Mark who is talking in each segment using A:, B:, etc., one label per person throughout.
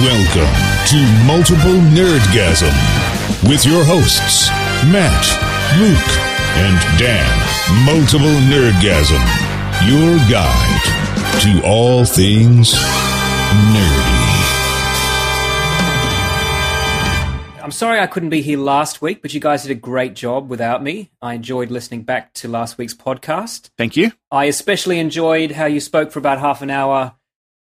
A: Welcome to Multiple Nerdgasm with your hosts, Matt, Luke, and Dan. Multiple Nerdgasm, your guide to all things nerdy.
B: I'm sorry I couldn't be here last week, but you guys did a great job without me. I enjoyed listening back to last week's podcast.
C: Thank you.
B: I especially enjoyed how you spoke for about half an hour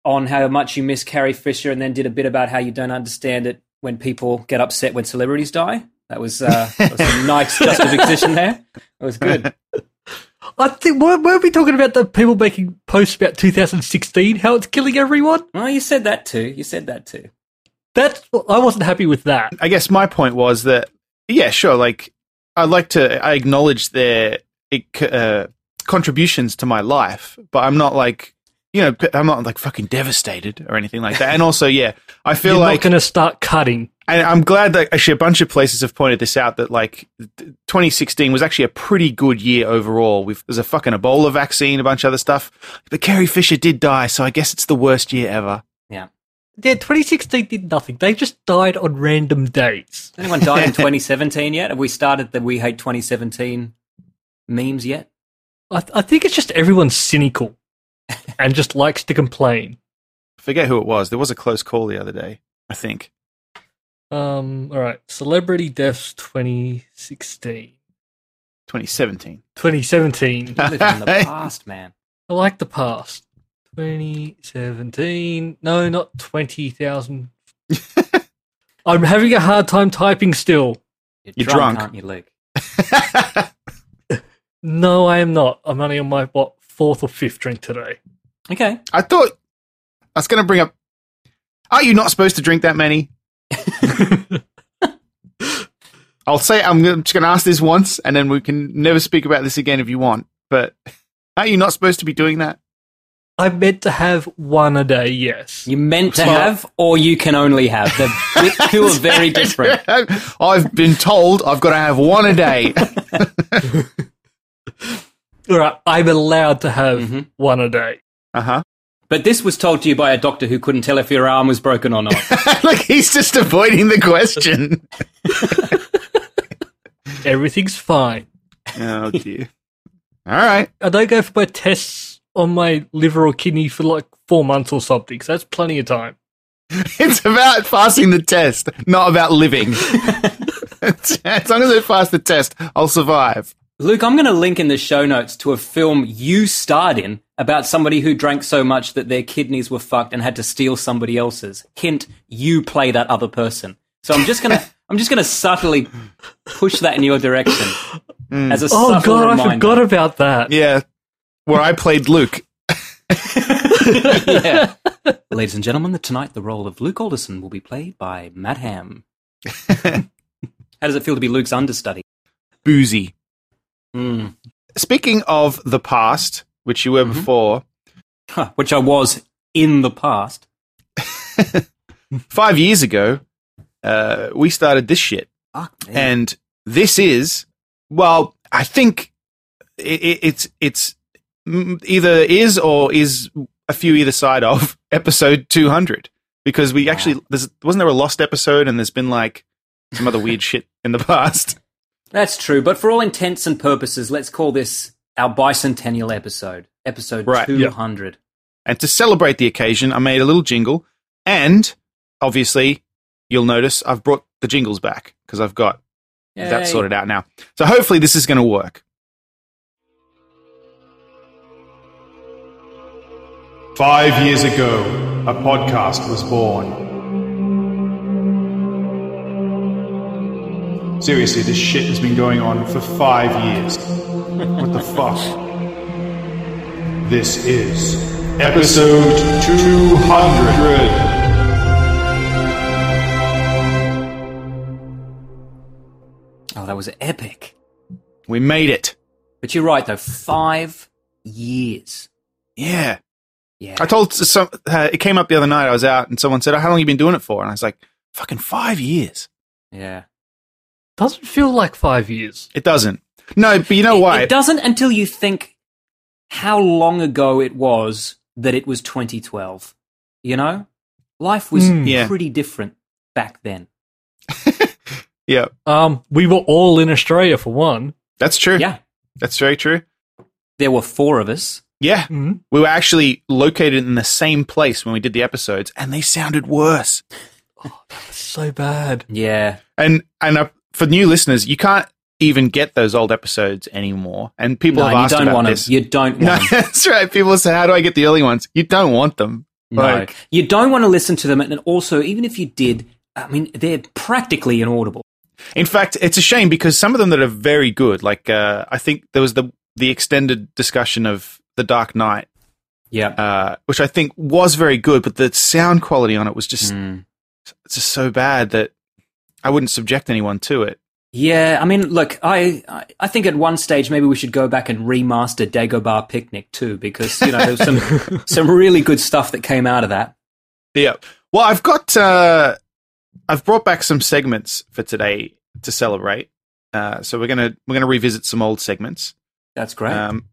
B: on how much you miss Carrie Fisher and then did a bit about how you don't understand it when people get upset when celebrities die. That was, uh, that was a nice juxtaposition there. It was good.
D: I think were were we talking about the people making posts about 2016, how it's killing everyone?
B: Well, you said that too. You said that too.
D: That's well, I wasn't happy with that.
C: I guess my point was that, yeah, sure. Like, I'd like to I acknowledge their uh, contributions to my life, but I'm not like, you know, I'm not like fucking devastated or anything like that. And also, yeah, I feel
D: You're
C: like
D: not going to start cutting.
C: and I'm glad that actually a bunch of places have pointed this out that like th- 2016 was actually a pretty good year overall. We've there's a fucking Ebola vaccine, a bunch of other stuff, but Carrie Fisher did die, so I guess it's the worst year ever.
B: Yeah.
D: Yeah, 2016 did nothing. They just died on random dates.
B: Has anyone died in 2017 yet? Have we started the We Hate 2017 memes yet?
D: I, I think it's just everyone's cynical and just likes to complain.
C: Forget who it was. There was a close call the other day, I think.
D: Um, all right, celebrity deaths 2016,
C: 2017.
D: 2017.
B: Living in the past, man.
D: I like the past. 2017. No, not 20,000. I'm having a hard time typing still.
B: You're,
C: You're
B: drunk,
C: drunk.
B: aren't you, Luke?
D: No, I am not. I'm only on my, what, fourth or fifth drink today.
B: Okay.
C: I thought I was going to bring up. Are you not supposed to drink that many? I'll say I'm gonna- just going to ask this once, and then we can never speak about this again if you want. But are you not supposed to be doing that?
D: I meant to have one a day, yes.
B: You meant to
C: Well-
B: have, or you can only have. The two are very different.
C: I've been told I've got to have one a day.
D: All right, I'm allowed to have
B: Mhm.
D: one a day.
C: Uh huh.
B: But this was told to you by a doctor who couldn't tell if your arm was broken or not.
C: Look, he's just avoiding the question.
D: Everything's fine.
C: Oh dear. All right.
D: I don't go for my tests on my liver or kidney for like four months or something, so that's plenty of time.
C: It's about passing the test, not about living. as long as I pass the test, I'll survive.
B: Luke, I'm going to link in the show notes to a film you starred in about somebody who drank so much that their kidneys were fucked and had to steal somebody else's. Hint: you play that other person. So I'm just going to I'm just going to subtly push that in your direction as a
D: Oh,
B: subtle
D: God,
B: reminder.
D: I forgot about that.
C: Yeah. Where I played Luke.
B: yeah. Ladies and gentlemen, tonight the role of Luke Alderson will be played by Matt Ham. How does it feel to be Luke's understudy?
C: Boozy.
B: Mm.
C: Speaking of the past, which you were before,
B: Huh, Which I was in the past.
C: five years ago, uh, we started this shit.
B: Fuck me.
C: Ah, And this is, well, I think it, it, it's it's mm, either is or is a few either side of episode 200 because we actually there's, wasn't there a lost episode and there's been like some other weird shit in the past.
B: That's true, but for all intents and purposes, let's call this our bicentennial episode, episode
C: Right, yeah.
B: 200.
C: And to celebrate the occasion, I made a little jingle. And obviously, you'll notice I've brought the jingles back because I've got
B: Yay.
C: that sorted out now. So hopefully, this is going to work.
E: Five years ago, a podcast was born. Seriously, this shit has been going on for five years. What the fuck? This is episode 200.
B: Oh, that was epic.
C: We made it.
B: But you're right, though. Five years.
C: Yeah.
B: Yeah.
C: I told s- some, uh, it came up the other night. I was out and someone said, oh, How long you been doing it for? And I was like, Fucking five years.
B: yeah.
D: Doesn't feel like five years.
C: It doesn't. No, but you know
B: It-
C: why?
B: It doesn't until you think how long ago it was that it was 2012. You know? Life was
F: Mm.
C: Hmm. Yeah.
B: pretty different back then.
C: Yeah,
F: Um, we were all in Australia for one.
C: that's true.
B: Yeah.
C: That's very true.
B: There were four of us.
C: Yeah.
F: Mm.
C: We were actually located in the same place when we did the episodes, and they sounded worse.
F: So bad.
B: Yeah.
C: And and uh, for new listeners, you can't even get those old episodes anymore. And people
B: No,
C: have
B: you
C: asked
B: don't
C: about
B: want
C: this.
B: them. You don't want
C: no,
B: them.
C: that's right. People say, "How do I get the early ones?" You don't want them.
B: No.
C: Like,
B: you don't want to listen to them. And also, even if you did, I mean, they're practically inaudible.
C: in fact, it's a shame because some of them that are very good, like uh, I think there was the the extended discussion of the Dark Knight,
B: Yeah.
C: uh, which I think was very good, but the sound quality on it was just
B: Mm.
C: just so bad that I wouldn't subject anyone to it.
B: Yeah. I mean, look, I, I- I think at one stage maybe we should go back and remaster Dagobah Picnic too, because, you know, there's some, some really good stuff that came out of that.
C: Yeah. Well, I've got uh, I've brought back some segments for today to celebrate. Uh, so we're gonna we're gonna revisit some old segments,
B: That's great.
C: um,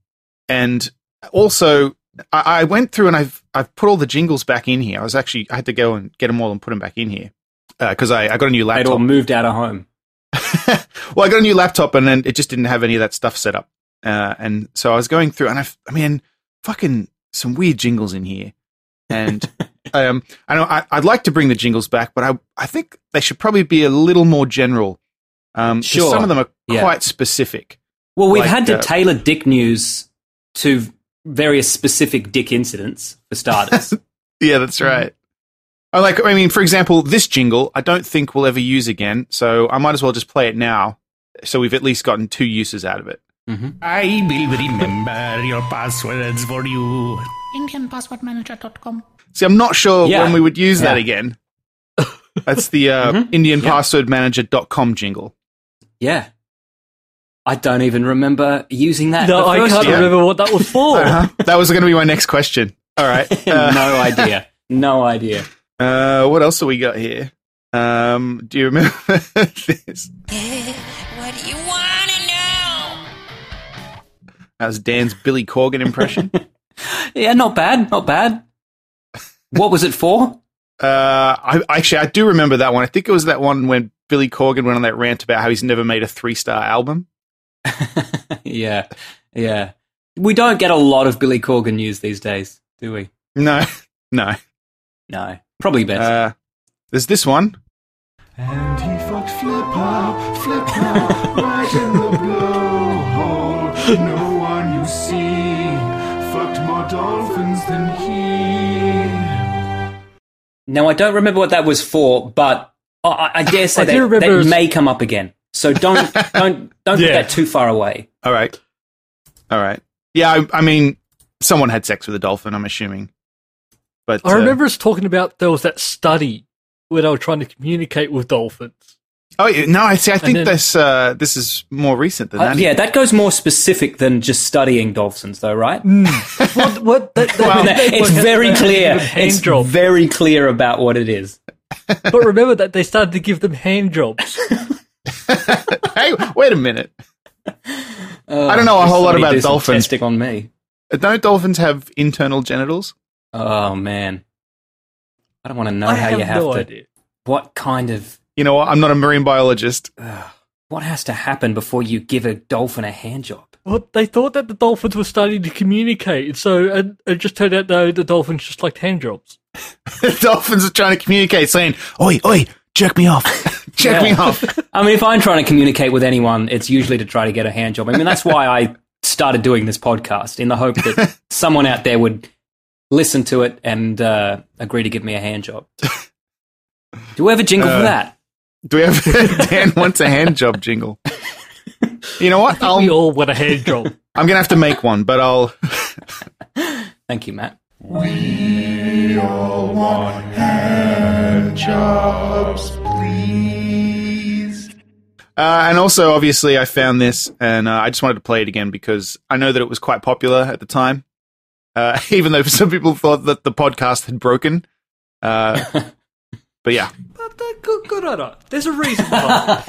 C: and also I, I went through and I've I've put all the jingles back in here. I was actually I had to go and get them all and put them back in here because I, I got a new
B: They'd all
C: laptop.
B: moved out of home.
C: well, I got a new laptop and then it just didn't have any of that stuff set up. Uh, and so I was going through and I, f- I mean, fucking some weird jingles in here. And um, I know I, I'd like to bring the jingles back, but I, I think they should probably be a little more general. Um, 'cause
B: Sure.
C: Some of them are
B: Yeah.
C: quite specific.
B: Well, we've
C: Like,
B: had to
C: uh,
B: tailor dick news to various specific dick incidents, for starters.
C: Yeah, that's right. I like, I mean, for example, this jingle I don't think we'll ever use again, so I might as well just play it now. So we've at least gotten two uses out of it.
B: Mm-hmm.
G: I will remember your passwords for you.
H: indianpasswordmanager.com.
C: See, I'm not sure
B: Yeah.
C: when we would use that
B: Yeah. Mm-hmm.
C: again. That's the uh, IndianPasswordManager.com jingle.
B: yeah. I don't even remember using that.
F: No,
B: the
F: I
B: first
F: can't
B: time.
F: remember what that was for.
B: Uh-huh.
C: that was going to be my next question. All right. Uh,
B: no idea. No idea.
C: uh, what else have we got here? Um, do you remember this?
I: What do you want to know?
C: That was Dan's Billy Corgan impression. uh,
B: Yeah, not bad. Not bad. What was it for?
C: I actually I do remember that one. I think it was that one when Billy Corgan went on that rant about how he's never made a three star album.
B: yeah. Yeah. We don't get a lot of Billy Corgan news these days, do we?
C: No, no.
B: No. Probably best.
C: Uh, there's this one.
E: And he fucked Flipper, Flipper, right in the blowhole. No one you see fucked more dolphins than he.
B: Now I don't remember what that was for, but I- I, I dare say
F: I do
B: that,
F: remember
B: that
F: it was-
B: may come up again. So don't don't don't put
F: Yeah.
B: that too far away.
C: All right. All right. Yeah, I, I mean, someone had sex with a dolphin, I'm assuming. But
F: I
C: uh,
F: remember us talking about there was that study where they were trying to communicate with dolphins.
C: Oh, yeah, no, I see. I think
F: then-
C: this uh, this is more recent than
B: Uh,
C: that.
B: yeah, that goes more specific than just studying dolphins, though, right?
F: what? What? That, that-
B: No,
F: that-
B: it's
F: that-
B: very
F: that-
B: clear.
F: that- that-
B: It's
F: hand job.
B: very clear about what it is.
F: But remember that they started to give them hand jobs.
C: Hey, wait a minute.
F: Oh,
C: I don't know a whole lot
B: Somebody
C: about
B: do some
C: dolphins.
B: Testing on me.
C: Don't dolphins have internal genitals?
B: Oh man, I don't want to know
F: I
B: how
F: have,
B: you have
F: no
B: to.
F: idea.
B: What kind of
C: You know what? I'm not a marine biologist.
B: what has to happen before you give a dolphin a hand job?
F: Well, they thought that the dolphins were starting to communicate, and so and it just turned out no, the dolphins just liked hand jobs.
C: dolphins are trying to communicate, saying, "Oi, oi, jerk me off, jerk me
B: Yeah.
C: off."
B: I mean, if I'm trying to communicate with anyone, it's usually to try to get a hand job. I mean, that's why I started doing this podcast in the hope that someone out there would listen to it and uh, agree to give me a hand job. Do we have a jingle
F: Uh.
B: for that?
C: Do we have Dan wants a hand job jingle? You know what? I'll,
B: Um,
F: we all want a hand job.
C: I'm gonna have to make one, but I'll.
B: Thank you, Matt.
C: Uh, and also, obviously, I found this, and uh, I just wanted to play it again because I know that it was quite popular at the time. Uh, even though some people thought that the podcast had broken, uh, but yeah,
F: There's a reason. Why.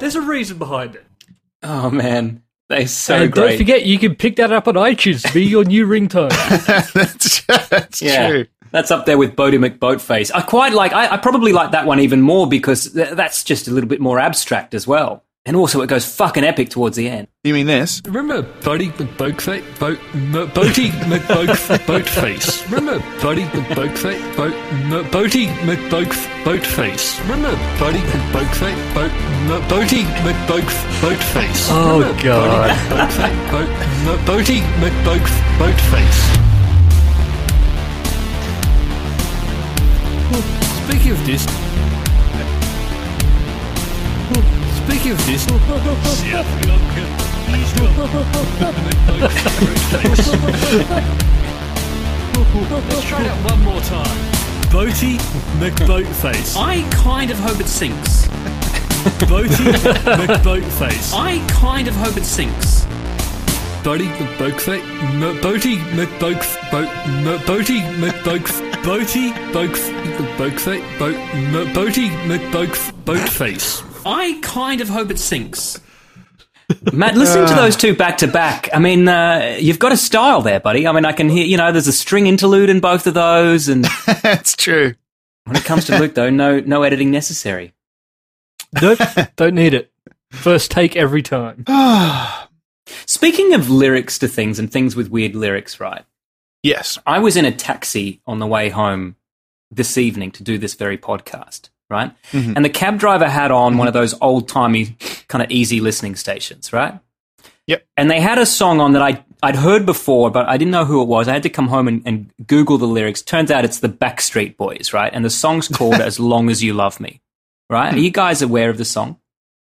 F: There's a reason behind it.
B: Oh man, they're so
F: and
B: great.
F: Uh, don't forget, you can pick that up on iTunes to be your new ringtone.
C: that's that's
B: yeah.
C: true.
B: That's up there with Bodie McBoatface. I quite like. I, I probably like that one even more because th- that's just a little bit more abstract as well, and also it goes fucking epic towards the end.
C: You mean this?
F: Remember Buddy McBoatface? Boat, M- Boaty McBoatface. Remember Buddy McBoatface? Boat, M- Boaty McBoatface. Remember Buddy McBoatface? Boat, M- Boaty McBoatface. Oh, God. Boat, M- Boaty McBoatface. Speaking of this, speaking of this, Let's try that one more time. Boaty McBoatface.
J: I kind of hope it sinks.
F: Boaty McBoatface.
J: I kind of hope it sinks.
F: Boaty McBoatface. M- Boaty McBoatf. Boat. M- Boaty McBoatf. Boaty Boatf. Boatface. Boat. M- Boaty McBoatf. Boatface.
J: I kind of hope it sinks.
B: Matt, listen to those two back to back. I mean, uh, you've got a style there, buddy. I mean, I can hear. You know, there's a string interlude in both of those, and
C: That's true.
B: when it comes to Luke, though, no, no editing necessary.
F: Nope. Don't need it. First take every time.
B: Speaking of lyrics to things and things with weird lyrics, right?
C: Yes.
B: I was in a taxi on the way home this evening to do this very podcast, right? And the cab driver had on one of those old timey kind of easy listening stations, right?
C: Yep.
B: And they had a song on that I, I'd heard before, but I didn't know who it was. I had to come home and, and Google the lyrics. Turns out it's the Backstreet Boys, right? And the song's called As Long as You Love Me, right? Are you guys aware of the song?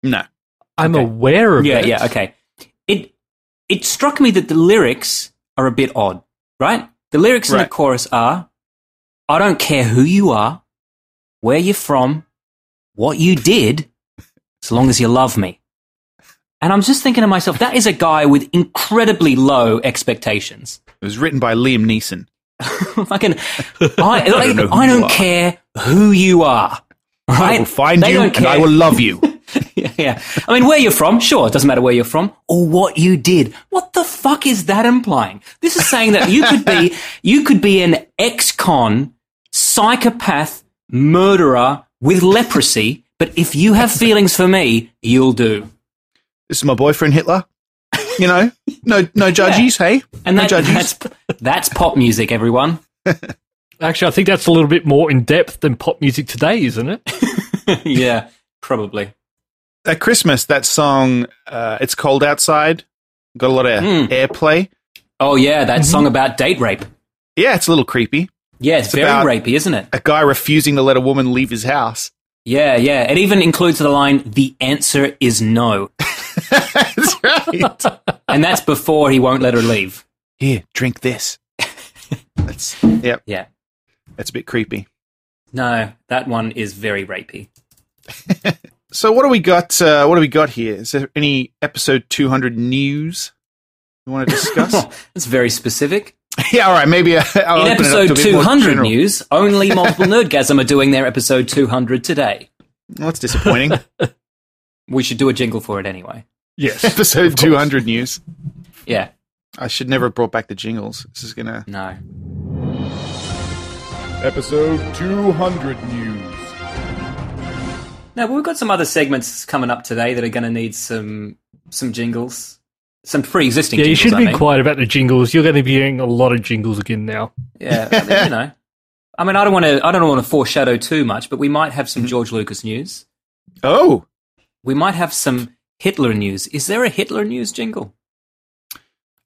C: No.
F: I'm aware of
B: yeah,
F: it.
B: yeah, okay. It it struck me that the lyrics are a bit odd, right? The lyrics in the
C: Right.
B: chorus are I don't care who you are, where you're from, what you did, as long as you love me. And I'm just thinking to myself, that is a guy with incredibly low expectations.
C: It was written by Liam Neeson.
B: Fucking, I, I
C: don't
B: don't,
C: know who
B: I
C: you
B: don't
C: are.
B: care who you are. Right?
C: I will find
B: They
C: you
B: don't
C: and I
B: care.
C: will love you.
B: yeah, yeah. I mean, where you're from, sure, it doesn't matter where you're from or what you did. What the fuck is that implying? This is saying that you could be, you could be an ex-con, psychopath, murderer with leprosy, but if you have feelings for me, you'll do.
C: this is my boyfriend Hitler. You know, no, no judges. Hey,
B: And
C: no
B: that,
C: judges.
B: that's, that's pop music, everyone.
F: Actually, I think that's a little bit more in depth than pop music today, isn't it?
B: yeah, probably.
C: At Christmas, that song, uh, "It's Cold Outside," got a lot of
B: Hmm.
C: airplay.
B: Oh yeah,
C: Mm-hmm.
B: that song about date rape.
C: Yeah, it's a little creepy.
B: Yeah, it's, very
C: about-
B: rapey, isn't it?
C: A guy refusing to let a woman leave his house.
B: Yeah, yeah. It even includes the line, the answer is no.
C: That's right.
B: And that's before he won't let her leave.
C: Here, drink this. That's yep.
B: Yeah.
C: That's a bit creepy.
B: No, that one is very rapey.
C: So, what do we got? Uh, what do we got here? Is there any episode two hundred news you want to discuss?
B: It's very specific.
C: yeah, all right. Maybe uh, I'll
B: In
C: open it up to
B: episode
C: a bit more
B: 200
C: general.
B: news, only Multiple Nerdgasm are doing their episode 200 today.
C: Well, that's disappointing.
B: We should do a jingle for it anyway.
F: Yes.
C: episode two hundred news.
B: Yeah,
C: I should never have brought back the jingles. This is gonna.
B: no.
E: Episode 200 news.
B: No, but we've got some other segments coming up today that are going to need some some jingles. Some pre-existing
F: Yeah, you
B: jingles,
F: should
B: I
F: have been
B: mean.
F: quiet about the jingles. You're going to be hearing a lot of jingles again now.
B: Yeah, I mean, you know. I mean, I don't want to I don't want to foreshadow too much, but we might have some George Lucas news.
C: Oh,
B: We might have some Hitler news. Is there a Hitler news jingle?
C: uh,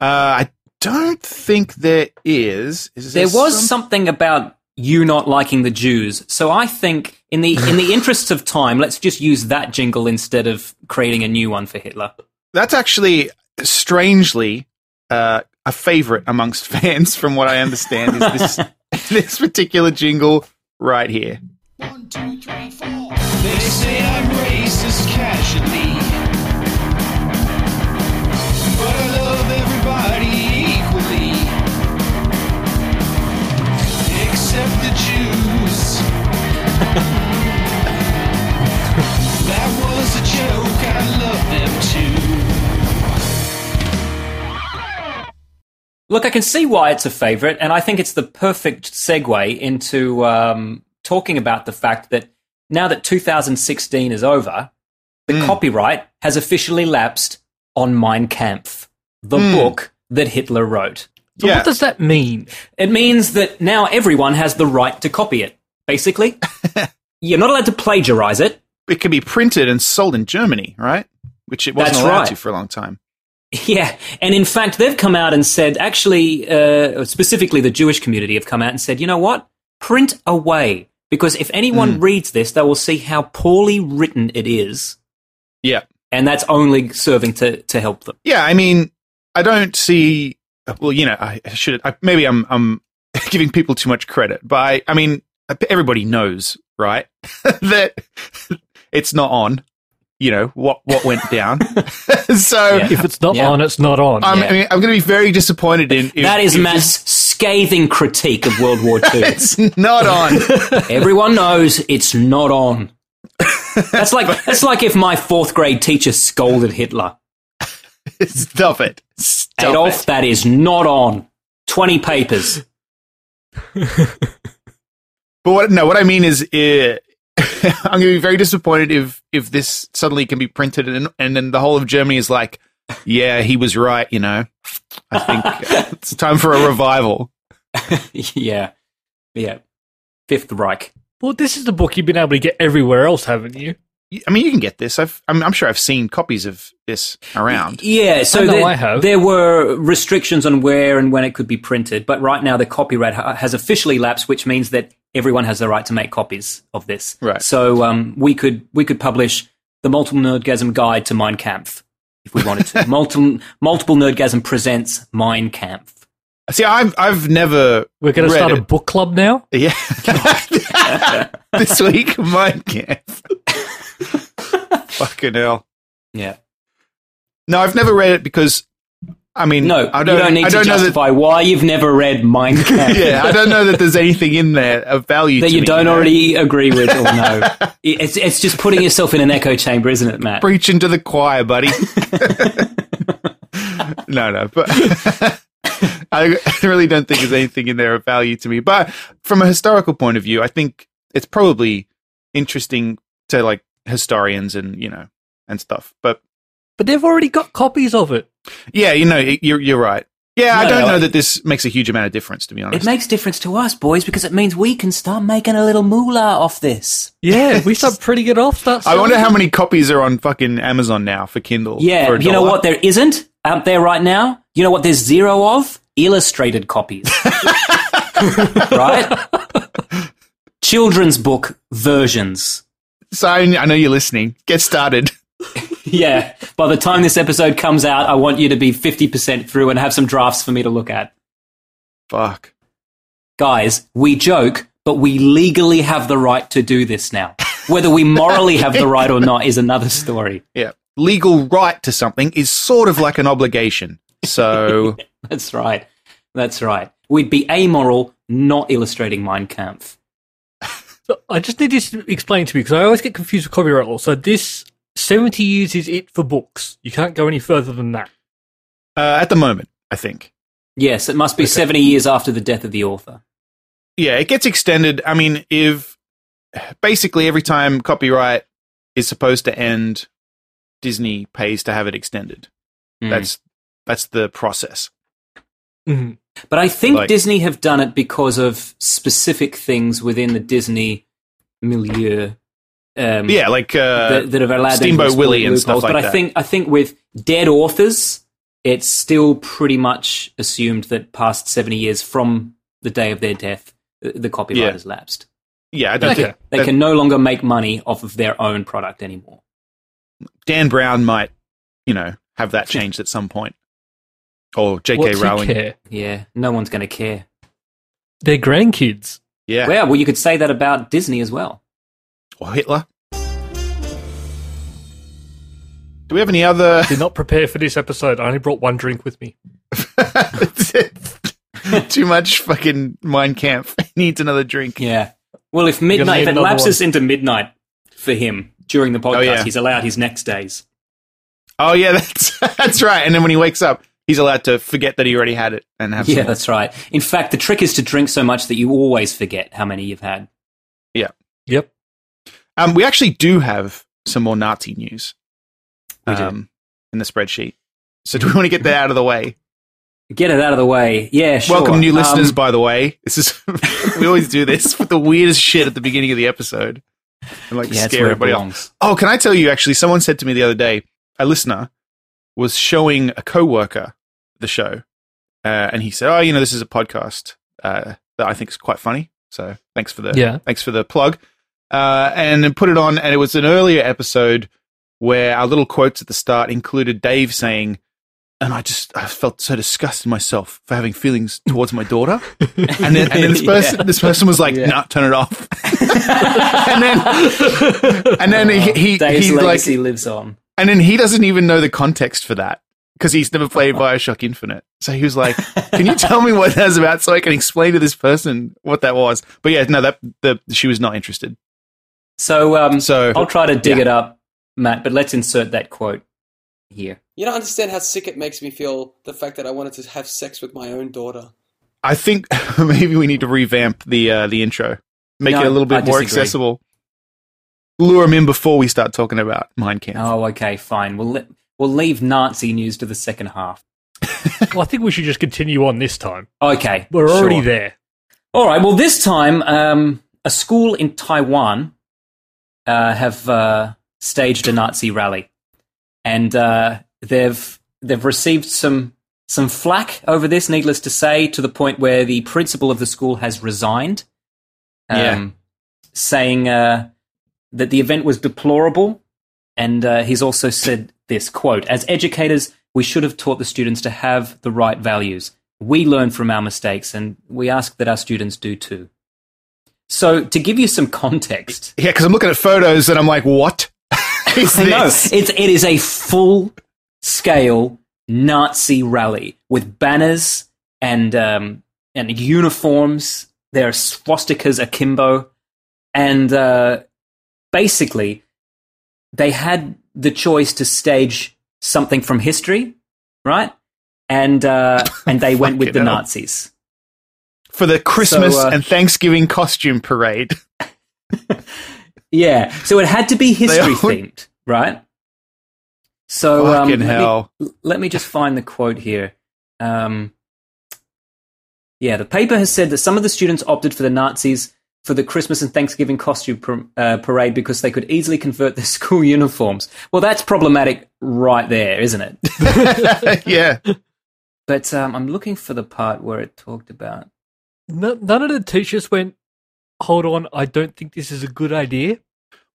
C: I don't think there is. is
B: there was
C: some-
B: something about you not liking the Jews. So I think in the in the interests of time, let's just use that jingle instead of creating a new one for Hitler.
C: That's actually strangely uh, a favorite amongst fans, from what I understand, is this this particular jingle right here.
E: One, two, three, four.
G: They say I'm racist casually. But I love everybody equally. Except the Jews. that was a joke, I love them too.
B: Look, I can see why it's a favorite, and I think it's the perfect segue into um, talking about the fact that now that 2016 is over, the copyright has officially lapsed on Mein Kampf, the book that Hitler wrote.
D: So
C: Yeah.
D: what does that mean?
B: It means that now everyone has the right to copy it, basically. You're not allowed to plagiarize it.
C: It can be printed and sold in Germany, right? Which it wasn't
B: That's
C: allowed
B: right.
C: to for a long time.
B: Yeah, and in fact, they've come out and said, actually, uh, specifically the Jewish community have come out and said, you know what? Print away. Because if anyone
C: Hmm.
B: reads this, they will see how poorly written it is.
C: Yeah.
B: And that's only serving to, to help them.
C: Yeah, I mean, I don't see. Well, you know, I should. I, maybe I'm I'm giving people too much credit, but I, I mean, everybody knows, right? that it's not on. You know what what went down. so
B: Yeah.
D: If it's not
B: Yeah.
D: on, it's not on.
C: I'm,
B: Yeah.
C: I mean, I'm going to be very disappointed in. If,
B: that is
C: if
B: Matt's scathing critique of World War II.
C: It's not on.
B: Everyone knows it's not on. That's like that's like if my fourth grade teacher scolded Hitler.
C: Stop it. Stop
B: Adolf,
C: it.
B: that is not on. Twenty papers.
C: But what, no, what I mean is, eh, I'm going to be very disappointed if if this suddenly can be printed and and then the whole of Germany is like, yeah, he was right. You know, I think it's time for a revival.
B: yeah, yeah. Fifth Reich.
D: well, this is the book you've been able to get everywhere else, haven't you?
C: I mean, you can get this. I've, I'm, I'm sure I've seen copies of this around.
B: Yeah, so
D: I know
B: there,
D: I have.
B: there were restrictions on where and when it could be printed, but right now the copyright ha- has officially lapsed, which means that everyone has the right to make copies of this.
C: Right.
B: So um, we could we could publish the Multiple Nerdgasm Guide to Mein Kampf if we wanted to. multiple Multiple Nerdgasm presents Mein Kampf.
C: See, I've I've never
D: We're going to
C: read
D: start a
C: it.
D: book club now.
C: Yeah. this week, my guess. Fucking hell.
B: Yeah.
C: No, I've never read it because, I mean,
B: No,
C: I don't,
B: you don't need
C: I don't
B: to
C: know
B: justify why you've never read Mein Kampf.
C: That, yeah, I don't know that there's anything in there of value
B: That
C: to
B: you
C: me,
B: don't
C: know?
B: already agree with or know. it's, it's just putting yourself in an echo chamber, isn't it, Matt?
C: preach into the choir, buddy. no, no, but I really don't think there's anything in there of value to me. But from a historical point of view, I think it's probably interesting to like historians and you know and stuff. But
D: But they've already got copies of it.
C: yeah, you know, you're you're right. Yeah, I
B: No,
C: don't
B: no,
C: know
B: I-
C: that this makes a huge amount of difference, to be
B: It
C: honest.
B: makes difference to us, boys, because it means we can start making a little moolah off this.
D: Yeah, we start printing it off. Start
C: I wonder
D: selling
C: how
D: it.
C: many copies are on fucking Amazon now for Kindle.
B: Yeah,
C: for a
B: you know
C: dollar.
B: what there isn't out there right now? You know what there's zero of? Illustrated copies. right? Children's book versions.
C: So I I know you're listening. Get started.
B: Yeah. By the time this episode comes out, I want you to be 50% through and have some drafts for me to look at.
C: Fuck.
B: Guys, we joke, but we legally have the right to do this now. Whether we morally have the right or not is another story.
C: Yeah. Legal right to something is sort of like an obligation. So,
B: That's right. That's right. We'd be amoral not illustrating Mein Kampf.
D: So I just need this to explain to me because I always get confused with copyright law. So this seventy years is it for books. You can't go any further than that.
C: uh, at the moment, I think.
B: Yes, it must be 70 years after the death of the author.
C: Yeah, it gets extended. I mean, if basically every time copyright is supposed to end, Disney pays to have it extended.
B: Mm.
C: That's that's the process.
D: Mhm.
B: But I think
C: Like-
B: Disney have done it because of specific things within the Disney milieu. Um,
C: Yeah, like uh,
B: that, that have allowed them to
C: Steamboat
B: exploit
C: Willie and stuff
B: loopholes. but
C: like that.
B: I think I think with dead authors, it's still pretty much assumed that past seventy years from the day of their death, uh, the copyright
C: Yeah.
B: has lapsed.
C: yeah, I don't
D: Okay.
C: think
B: They
C: that
B: can no longer make money off of their own product anymore.
C: Dan Brown might, you know, have that changed at some point. Or J.K.
D: What's
C: Rowling.
D: he care?
B: Yeah, no one's going to care.
D: Their grandkids.
C: Yeah.
B: Well, well, you could say that about Disney as well.
C: Or Hitler. Do we have any other?
D: Did not prepare for this episode. I only brought one drink with me.
C: Too much fucking Mein Kampf. Needs another drink.
B: Yeah. Well, if
D: gonna
B: midnight,
D: need
B: if it
D: another
B: lapses into midnight for him during the podcast,
C: Oh, yeah.
B: he's allowed his next days.
C: Oh yeah, that's that's right. And then when he wakes up, he's allowed to forget that he already had it and have.
B: Yeah,
C: some more.
B: that's right. In fact, the trick is to drink so much that you always forget how many you've had.
D: Yep.
C: Um, we actually do have some more Nazi news. um,
B: We do.
C: in the spreadsheet. So do we want to get that out of the way?
B: Get it out of the way. Yeah, sure.
C: Welcome, new
B: Um,
C: listeners. by the way, this is we always do this with the weirdest shit at the beginning of the episode, and like
B: yeah, it's
C: scare
B: where it
C: everybody off.
B: belongs.
C: Oh, can I tell you? Actually, someone said to me the other day, a listener was showing a coworker the show, uh, and he said, "Oh, you know, this is a podcast uh, that I think is quite funny." So thanks for the
D: Yeah.
C: thanks for the plug, uh, and then put it on. And it was an earlier episode where our little quotes at the start included Dave saying. And I just I felt so disgusted myself for having feelings towards my daughter, and then, and then this person this person was like, "Nah, turn it off," and then and then
B: Oh,
C: he he,
B: Dave's
C: he like
B: legacy lives on.
C: and then he doesn't even know the context for that because he's never played
B: Uh-huh.
C: Bioshock Infinite. So he was like, "Can you tell me what that's about so I can explain to this person what that was?" But yeah, no, that the she was not interested.
B: So, um,
C: So-
B: I'll try to dig
C: yeah.
B: it up, Matt. But let's insert that quote here.
K: You don't understand how sick it makes me feel the fact that I wanted to have sex with my own daughter.
C: I think maybe we need to revamp the uh, the intro, make
B: No,
C: it a little
B: I
C: bit more
B: disagree.
C: accessible. Lure him in before we start talking about Mind Camp.
B: Oh, okay, fine. We'll le- we'll leave Nazi news to the second half.
D: Well, I think we should just continue on this time.
B: Okay,
D: We're already
B: sure.
D: there.
B: All right. Well, this time, um, a school in Taiwan uh, have uh, staged a Nazi rally, and uh, they've they've received some some flack over this. Needless to say, to the point where the principal of the school has resigned, um,
C: Yeah.
B: saying uh, that the event was deplorable, and uh, he's also said this quote: "As educators, we should have taught the students to have the right values." we learn from our mistakes and we ask that our students do too. So, to give you some context,
C: Yeah, because I'm looking at photos and I'm like, "What is
B: I know,
C: this?"
B: it's, it is a full scale Nazi rally with banners and, um, and uniforms. There are swastikas akimbo. And uh, basically, they had the choice to stage something from history, right? And, uh, and they went with the
C: Fucking hell.
B: Nazis.
C: For the Christmas
B: uh,
C: and Thanksgiving costume parade,
B: Yeah. So it had to be history
C: all-
B: themed, right? So um,
C: Fucking
B: let me-
C: hell.
B: l- let me just find the quote here. Um, yeah, the paper has said that some of the students opted for the Nazis for the Christmas and Thanksgiving costume par- uh, parade because they could easily convert their school uniforms. Well, that's problematic right there, isn't it?
C: yeah.
B: but um, I'm looking for the part where it talked about.
D: No, none of the teachers went, hold on, I don't think this is a good idea.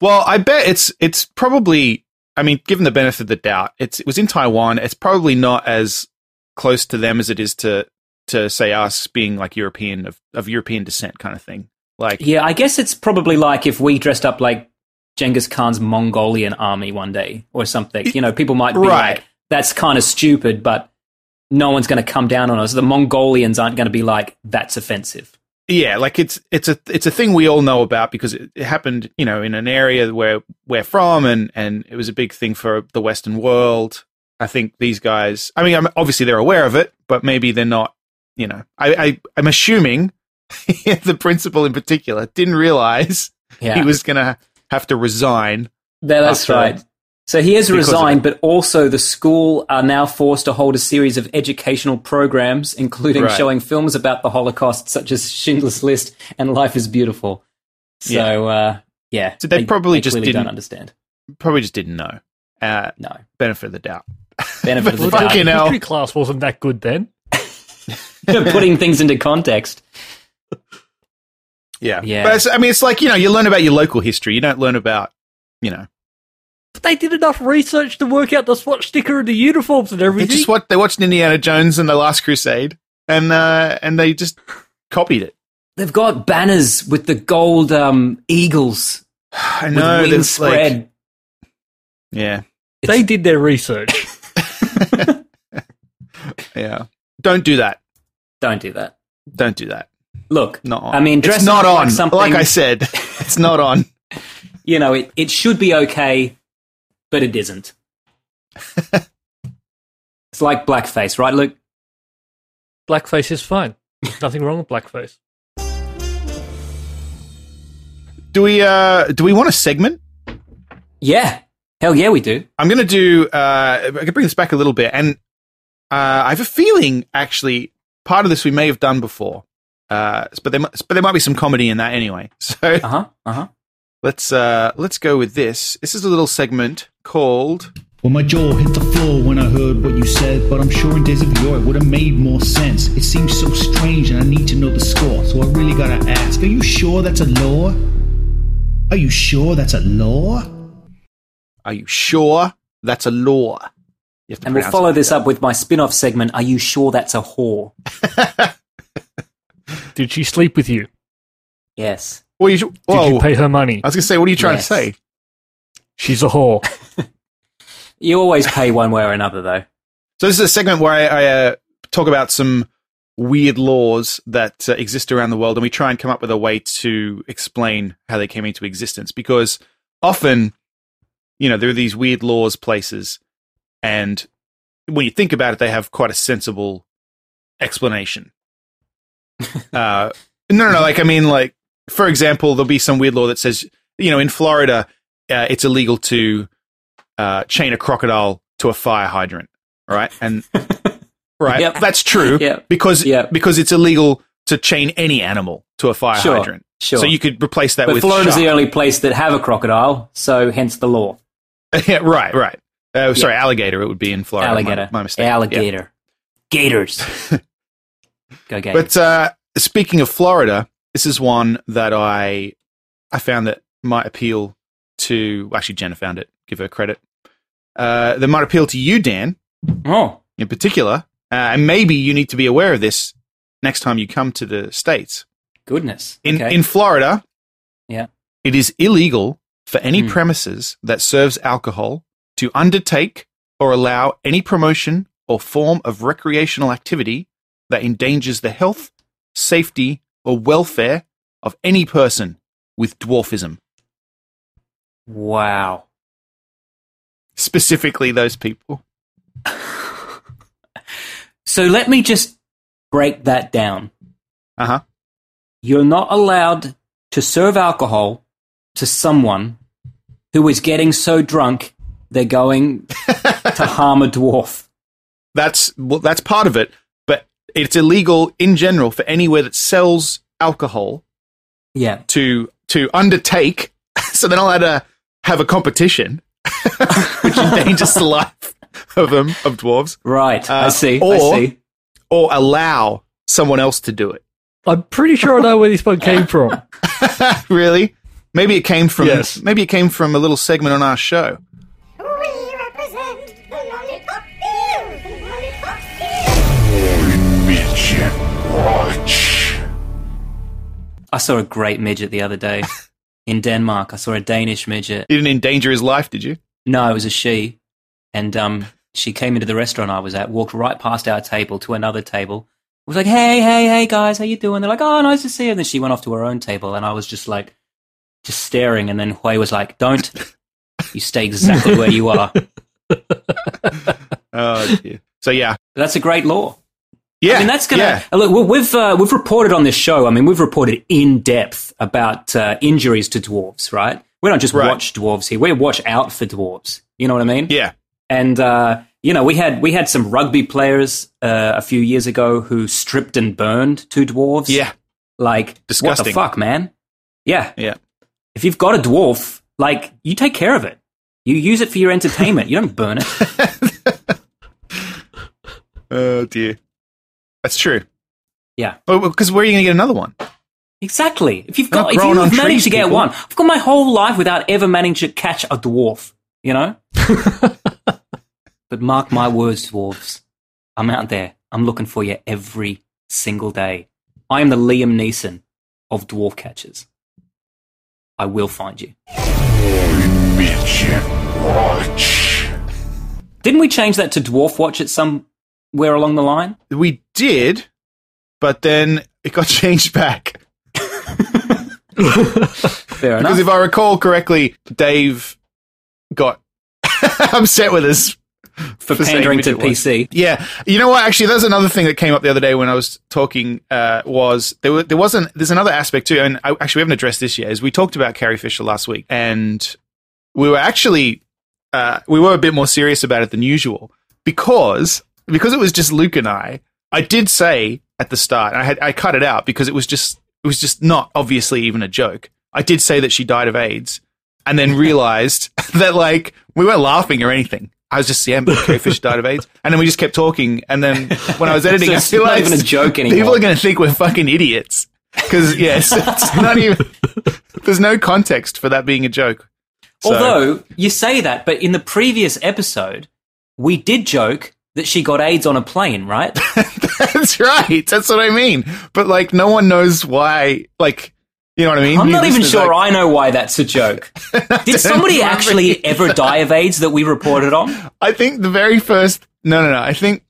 C: Well, I bet it's it's probably. I mean, given the benefit of the doubt, it's it was in Taiwan. It's probably not as close to them as it is to to say us being like European of, of European descent kind of thing. Like,
B: Yeah, I guess it's probably like if we dressed up like Genghis Khan's Mongolian army one day or something. You know, people might be
C: Right.
B: like, that's kind of stupid, but no one's going to come down on us. The Mongolians aren't going to be like, that's offensive.
C: yeah, like it's it's a it's a thing we all know about because it, it happened, you know, in an area where we're from, and and it was a big thing for the Western world. I think these guys. I mean, I'm, obviously they're aware of it, but maybe they're not. You know, I, I I'm assuming the principal in particular didn't realize
B: Yeah,
C: he was going to have to resign.
B: That- that's
C: after-
B: right. So he has
C: because of
B: resigned, but also the school are now forced to hold a series of educational programs, including
C: Right.
B: showing films about the Holocaust, such as Schindler's List and Life is Beautiful. So, yeah. Uh, yeah
C: So they probably just
B: clearly don't
C: didn't-
B: understand.
C: Probably just didn't know. Uh,
B: No.
C: benefit of the doubt.
B: Benefit of the doubt.
C: Fucking hell.
D: History class wasn't that good then.
B: putting things into context.
C: Yeah.
B: Yeah.
C: But it's, I mean, it's like, you know, you learn about your local history. You don't learn about, you know,
D: they did enough research to work out the swatch sticker and the uniforms and
C: They
D: everything.
C: just what they watched Indiana Jones and the Last Crusade, and uh, and they just copied it.
B: They've got banners with the gold um, eagles.
C: I
D: know,
B: with wings
D: that's like-
B: spread.
C: Yeah,
D: they did their research.
C: yeah. Don't do that.
B: Don't do that.
C: Don't do that.
B: Look,
C: Not on.
B: I mean,
C: It's
B: dressing
C: not
B: up
C: on.
B: like something-
C: Like I said, it's not on.
B: you know, it, it should be okay, but it isn't. it's like blackface, right, Luke?
D: blackface is fine. Nothing wrong with blackface.
C: Do we? Uh, do we want a segment?
B: Yeah, hell yeah, we do.
C: I'm going to do. Uh, I can bring this back a little bit, and uh, I have a feeling actually part of this we may have done before, uh, but there mi- but there might be some comedy in that anyway. So uh
B: huh uh huh.
C: Let's uh, let's go with this. This is a little segment called
L: Well, my jaw hit the floor when I heard what you said, but I'm sure in days of yore it would have made more sense. It seems so strange, and I need to know the score, so I really gotta ask: Are you sure that's a law? Are you sure that's a law?
C: Are you sure that's a law? You have to
B: And we'll
C: pronounce
B: follow this up with my spin off segment Are You Sure That's a Whore?
D: Did she sleep with you?
B: Yes.
C: Well, you, should-
D: Did
C: whoa. Uh,
D: you pay her money?
C: I was going to say, what are you trying
B: Yes.
C: to say?
D: She's a whore.
B: You always pay one way or another, though.
C: So this is a segment where I, I uh, talk about some weird laws that uh, exist around the world, and we try and come up with a way to explain how they came into existence. Because often, you know, there are these weird laws places, and when you think about it, they have quite a sensible explanation. uh, no, no, no. Like I mean, like for example, there'll be some weird law that says, you know, in Florida, uh, it's illegal to uh, chain a crocodile to a fire hydrant, right? And right,
B: Yep.
C: that's true
B: Yep.
C: because because it's illegal to chain any animal to a fire
B: Sure,
C: hydrant.
B: sure.
C: So you could replace that
B: but
C: with
B: Florida's
C: shark.
B: the only place that have a crocodile, so hence the law.
C: yeah, right, right. Uh, sorry, alligator. It would be in Florida. My-
B: Alligator.
C: My, mistake. Yeah.
B: Alligator. Gators. Go Gators.
C: But uh, speaking of Florida, this is one that I I found that might appeal to. Actually, Jenna found it. Give her credit. Uh, that might appeal to you, Dan.
B: Oh,
C: in particular, uh, and maybe you need to be aware of this next time you come to the states.
B: goodness.
C: In
B: okay.
C: in Florida,
B: yeah.
C: it is illegal for any
B: Hmm.
C: premises that serves alcohol to undertake or allow any promotion or form of recreational activity that endangers the health, safety, or welfare of any person with dwarfism,
B: Wow.
C: specifically those people.
B: So let me just break that down.
C: Uh huh.
B: You're not allowed to serve alcohol to someone who is getting so drunk they're going to harm a dwarf.
C: That's well, that's part of it, but it's illegal in general for anywhere that sells alcohol
B: Yeah.
C: to to undertake. So they're not allowed to have a competition, which endangers the life of them of dwarves,
B: Right. I
C: Uh,
B: see. I
C: or-
B: see.
C: or allow someone else to do it.
D: I'm pretty sure I know where this one came from.
C: really? Maybe it came from
D: Yes.
C: maybe it came from a little segment on our show.
M: We represent the Lollipop Field! The Lollipop
E: Midget Watch.
B: I saw a great midget the other day in Denmark. I saw a Danish midget.
C: You didn't endanger his life, did you?
B: No, it was a she. And um, she came into the restaurant I was at, walked right past our table to another table. was like, hey, hey, hey, guys, how you doing? They're like, oh, nice to see you. And then she went off to her own table. And I was just like, just staring. And then Hui was like, don't. You stay exactly where you are.
C: Oh, dear. so yeah,
B: That's a great law.
C: yeah.
B: I mean, that's gonna
C: yeah.
B: uh, look. we- We've uh, we've reported on this show. I mean, we've reported in depth about uh, injuries to dwarves. Right? We don't just
C: Right.
B: watch dwarves here. We watch out for dwarves. You know what I mean?
C: yeah.
B: And uh, you know, we had we had some rugby players uh, a few years ago who stripped and burned two dwarves.
C: Yeah.
B: Like What
C: Disgusting.
B: the fuck, man? Yeah.
C: Yeah.
B: If you've got a dwarf, like you take care of it. You use it for your entertainment. you don't burn it.
C: Oh dear. That's true.
B: Yeah.
C: Because where are you going to get another one?
B: Exactly. If you've
C: They're
B: got,
C: not
B: if
C: grown
B: you've
C: on
B: managed
C: trees,
B: to get
C: people.
B: one, I've got my whole life without ever managing to catch a dwarf. you know? but mark my words, dwarves. I'm out there. I'm looking for you every single day. I am the Liam Neeson of dwarf catchers. I will find you. Didn't we change that to Dwarf Watch at somewhere along the line?
C: We did, but then it got changed back.
B: Fair
C: Because
B: enough.
C: if I recall correctly, Dave got upset with us
B: For
C: saying
B: pandering
C: midget
B: to
C: watch.
B: PC.
C: Yeah, you know what? Actually, there's another thing that came up the other day when I was talking. Uh, was there? Were, there wasn't. There's another aspect too, and I, actually we haven't addressed this yet. Is we talked about Carrie Fisher last week, and we were actually uh, we were a bit more serious about it than usual because because it was just Luke and I. I did say at the start, and I had I cut it out because it was just it was just not obviously even a joke. I did say that she died of AIDS, and then realized that like we weren't laughing or anything. I was just yeah, but Carrie Fisher died of AIDS, and then we just kept talking. And then when I was editing,
B: So
C: I
B: it's not
C: realized
B: even a joke anymore.
C: People are going to think we're fucking idiots because yes, it's not even. There's no context for that being a joke. So-
B: Although you say that, but in the previous episode, we did joke that she got AIDS on a plane, right?
C: That's right. That's what I mean. But like, no one knows why. Like, you know what I mean?
B: I'm
C: You
B: not even
C: listeners,
B: sure
C: like-
B: I know why that's a joke. Did somebody actually ever die of AIDS that we reported on?
C: I think the very first. No, no, no. I think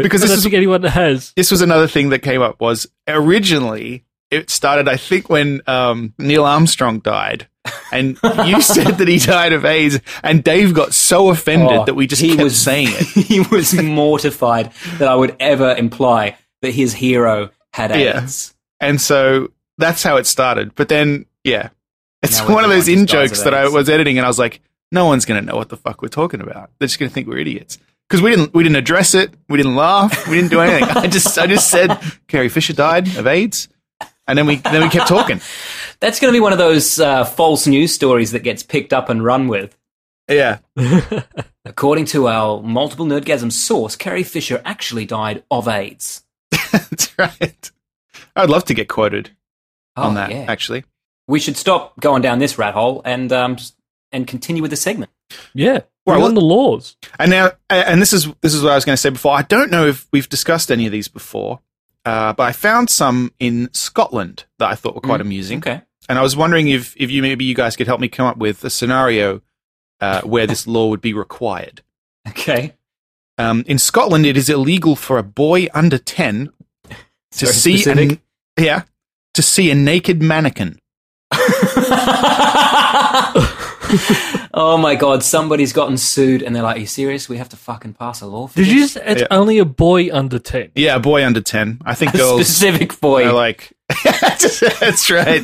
C: because
D: I
C: this
D: don't
C: is
D: think anyone has.
C: this was another thing that came up was originally it started. I think when um, Neil Armstrong died, and you said that he died of AIDS, and Dave got so offended
B: Oh,
C: that we just
B: he
C: kept
B: was-
C: saying it.
B: he was mortified that I would ever imply that his hero had AIDS.
C: Yeah. And so that's how it started. But then, yeah, it's
B: Now
C: one of those
B: everyone
C: in
B: just dies
C: jokes
B: of
C: that I
B: AIDS.
C: was editing, and I was like, no one's going to know what the fuck we're talking about. They're just going to think we're idiots because we didn't we didn't address it, we didn't laugh, we didn't do anything. I just I just said Carrie Fisher died of AIDS, and then we then we kept talking.
B: That's going to be one of those uh, false news stories that gets picked up and run with.
C: Yeah,
B: According to our multiple nerdgasm source, Carrie Fisher actually died of AIDS.
C: that's right. I'd love to get quoted on
B: Oh,
C: that.
B: yeah.
C: Actually,
B: We should stop going down this rat hole and um, s- and continue with the segment.
D: Yeah.
C: Well,
D: Well,
C: what-
D: on the laws.
C: And now, and this is this is what I was going to say before. I don't know if we've discussed any of these before, uh, but I found some in Scotland that I thought were
B: Mm,
C: quite amusing.
B: Okay.
C: And I was wondering if if you maybe you guys could help me come up with a scenario uh, where this law would be required.
B: Okay.
C: Um, in Scotland, it is illegal for a boy under ten to
B: Very
C: see
B: specific.
C: a, yeah to see a naked mannequin.
B: Oh my god, somebody's gotten sued and they're like, Are you serious? We have to fucking pass a law for
D: Did you
B: this?"
D: just, it's
C: Yeah.
D: only a boy under 10.
C: Yeah, a boy under ten. I think
B: a
C: girls
B: specific boy?
C: are like. that's right.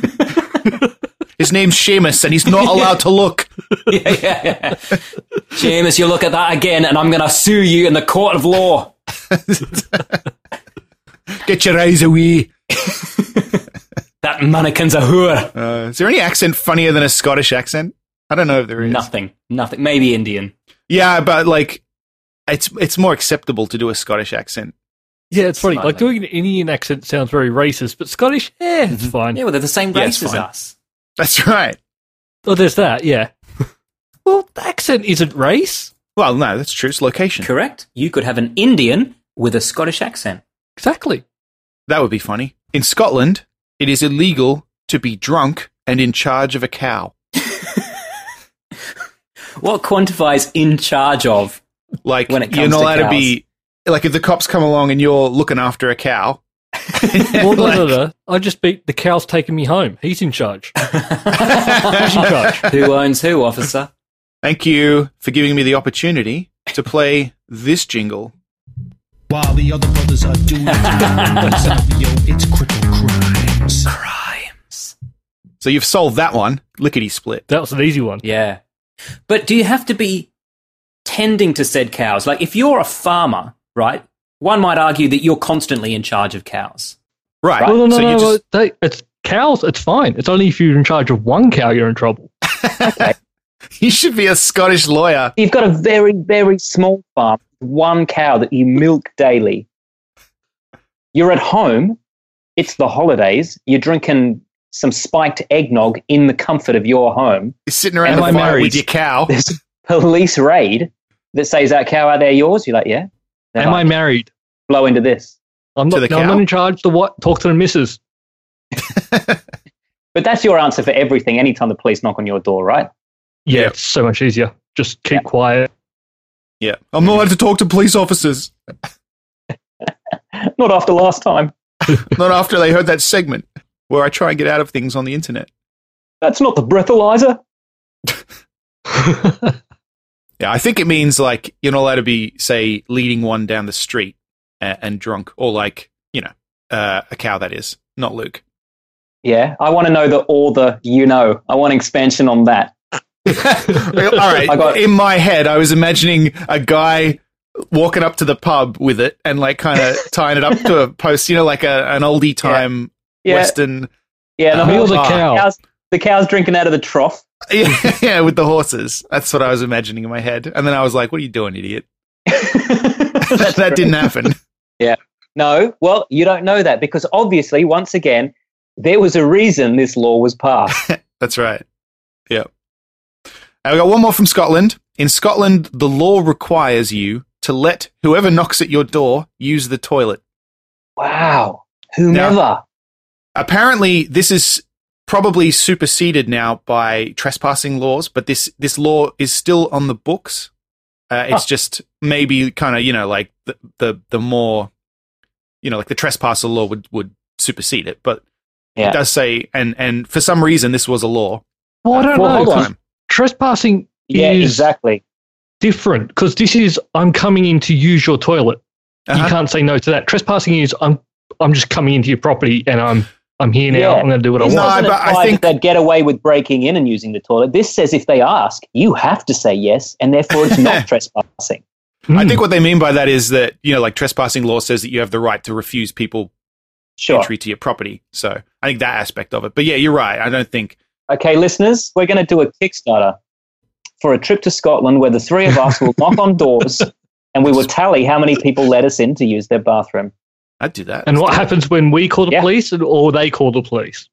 C: His name's Seamus, and he's not allowed to look.
B: yeah, yeah, yeah. James, you look at that again and I'm gonna sue you in the court of law.
C: Get your eyes away.
B: That mannequin's a whore.
C: Uh, is there any accent funnier than a Scottish accent? I don't know if there is.
B: Nothing. Nothing. Maybe Indian.
C: Yeah, but like, it's it's more acceptable to do a Scottish accent.
D: Yeah, it's funny. Like
B: Slightly.
D: doing an Indian accent sounds very racist, but Scottish, yeah, it's fine.
B: Yeah, well they're the same
C: Mm-hmm. Yeah,
B: race
C: it's
B: as
C: fine.
B: us.
C: That's right.
D: Oh, there's that, yeah. well, the accent isn't race.
C: Well, no, that's true. It's location.
B: Correct? You could have an Indian with a Scottish accent.
D: Exactly.
C: That would be funny. In Scotland, it is illegal to be drunk and in charge of a cow.
B: What quantifies in charge of?
C: Like,
B: When it
C: you're
B: comes
C: not
B: to
C: allowed to be. Like, if the cops come along and you're looking after a cow.
D: Well, no, no,
C: like-
D: no. I just beat the cow's taking me home. He's in charge. He's in charge.
B: who owns who, officer?
C: Thank you for giving me the opportunity to play this jingle.
L: While the other brothers are doing time, yo, it's critical crimes.
B: Crimes.
C: So you've solved that one, lickety split.
D: That was an easy one.
B: Yeah. But do you have to be tending to said cows? Like, if you're a farmer, right, one might argue that you're constantly in charge of cows.
C: Right.
D: Well, no, no,
C: so you
D: no.
C: just,
D: well, they, it's cows. It's fine. It's only if you're in charge of one cow you're in trouble.
C: you should be a Scottish lawyer.
B: You've got a very, very small farm, one cow that you milk daily. You're at home, it's the holidays, you're drinking some spiked eggnog in the comfort of your home.
C: You're sitting around
B: Am
C: the
B: I
C: fire
B: married?
C: with your cow.
B: There's a police raid that says that cow out there yours, you're like, yeah. They're
D: Am
B: like,
D: I married?
B: Blow into this.
D: I'm
B: To
D: not.
B: the
D: I'm
B: cow?
D: not in charge. The what? Talk to the missus.
B: But that's your answer for everything anytime the police knock on your door, right?
D: Yeah, it's so much easier. Just keep quiet.
C: Yeah. I'm not allowed to talk to police officers.
B: Not after last time.
C: not after they heard that segment where I try and get out of things on the internet.
B: That's not the breathalyzer.
C: Yeah, I think it means like you're not allowed to be, say, leading one down the street and, and drunk, or like you know, uh, a cow that is not Luke.
B: Yeah. I want to know the all the you know. I want expansion on that.
C: All right, in my head, I was imagining a guy walking up to the pub with it and like kind of tying it up to a post, you know, like a, an oldie time
B: Yeah.
C: western.
B: Yeah, the
C: uh,
B: horse-
C: bar.
B: Cow's, the cow's drinking out of the trough.
C: Yeah, yeah, with the horses. That's what I was imagining in my head, and then I was like, "What are you doing, idiot?" that didn't happen.
B: Yeah. No. Well, you don't know that because obviously, once again, there was a reason this law was passed.
C: That's right. Yeah. And we got one more from Scotland. In Scotland, the law requires you to let whoever knocks at your door use the toilet.
B: Wow. Whomever.
C: apparently, this is probably superseded now by trespassing laws, but this, this law is still on the books. Uh, it's
B: Huh.
C: just maybe kind of, you know, like the, the, the more, you know, like the trespasser law would, would supersede it. But
B: Yeah.
C: it does say, and, and for some reason, this was a law.
D: Well, I
C: Uh, for
D: don't
C: a
D: know.
C: long
D: 'cause
C: time.
D: Trespassing.
C: Yeah,
D: is
B: exactly.
D: Different because this is I'm coming in to use your toilet. You can't say no to that. Trespassing is I'm I'm just coming into your property and I'm I'm here now. I'm going to do what I
B: This doesn't
D: want.
B: imply that they'd get away with breaking in and using the toilet. This says if they ask, you have to say yes, and therefore it's not trespassing.
C: I think what they mean by that is that you know, like trespassing law says that you have the right to refuse people entry to your property. So I think that aspect of it. But yeah, you're right. I don't think
B: Okay, listeners, we're going to do a Kickstarter for a trip to Scotland where the three of us will knock on doors and we will tally how many people let us in to use their bathroom.
C: I'd do that.
D: and what happens when we call the police and, or they call the police?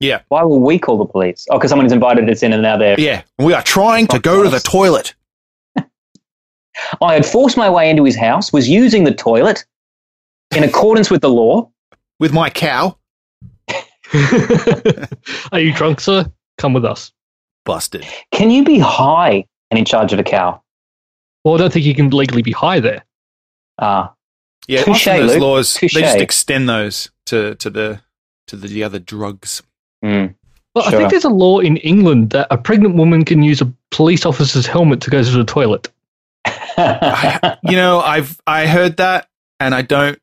C: Yeah.
B: Why will we call the police? Oh, because someone has invited us in and now they're.
C: Yeah. We are trying to go to the toilet.
B: I had forced my way into his house, was using the toilet in accordance with the law.
C: With my cow.
D: Are you drunk, sir? Come with us.
C: Busted.
B: Can you be high and in charge of a cow?
D: Well, I don't think you can legally be high there.
B: Ah.
C: Yeah,
B: Touche,
C: often those
B: Luke.
C: laws
B: Touche.
C: they just extend those to, to the to the, other drugs.
B: hmm.
D: Well, I
C: Sure.
D: think there's a law in England that a pregnant woman can use a police officer's helmet to go to the toilet.
C: you know, I've I heard that and I don't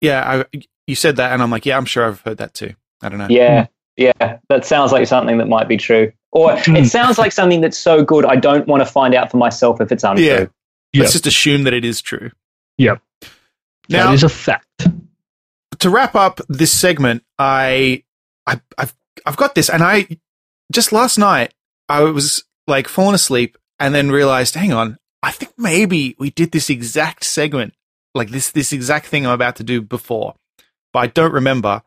C: yeah, I you said that and I'm like, yeah, I'm sure I've heard that too. I don't know.
B: Yeah, yeah, that sounds like something that might be true. Or
C: Hmm.
B: it sounds like something that's so good I don't want to find out for myself if it's untrue.
C: Yeah.
D: Yeah.
C: Let's just assume that it is true.
D: Yep.
C: Now-
D: that is a fact.
C: to wrap up this segment, I, I, I've, I've got this, and I just last night I was like falling asleep, and then realized, hang on, I think maybe we did this exact segment, like this, this exact thing I'm about to do before, but I don't remember.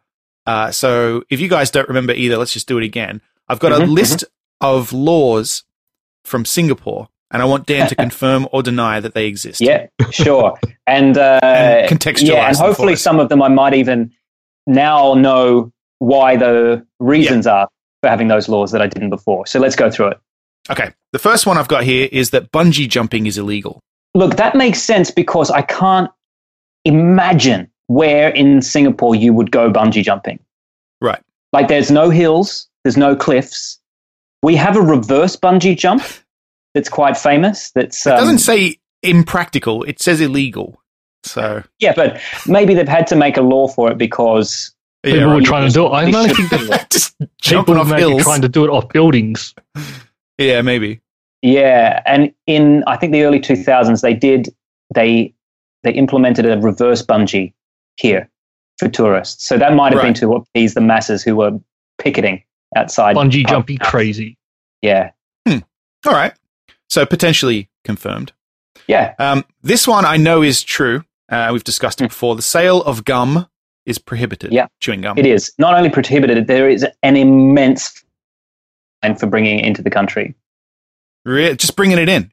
C: Uh, so if you guys don't remember either, let's just do it again. I've got a
N: Mhm,
C: list of laws from Singapore, and I want Dan to confirm or deny that they exist.
B: Yeah, sure. And, uh,
C: contextualize
B: Yeah,
C: them
B: and
C: for
B: hopefully
C: us.
B: some of them I might even now know why the reasons are for having those laws that I didn't before. So let's go through it.
C: Okay. The first one I've got here is that bungee jumping is illegal.
B: Look, that makes sense because I can't imagine where in Singapore you would go bungee jumping.
C: Right.
B: Like there's no hills, there's no cliffs. We have a reverse bungee jump that's quite famous. That's um,
C: It doesn't say impractical. It says illegal. So
B: yeah, but maybe they've had to make a law for it because
D: People were trying to do it. I don't think
C: just
D: people were maybe trying to do it off buildings.
C: Yeah, maybe.
B: Yeah, and in I think the early 2000s they did they they implemented a reverse bungee here for tourists. So that might have been
D: Right.
B: to appease the masses who were picketing outside
D: Bungee
B: pub-
D: jumping crazy.
B: Yeah.
C: All right. So potentially confirmed.
B: Yeah.
C: Um, this one I know is true. Uh, we've
B: Hmm.
C: discussed it before. The sale of gum is prohibited. Yeah. Chewing gum.
B: It is not only prohibited, there is an immense fine for bringing it into the country.
C: Re- just bringing it in.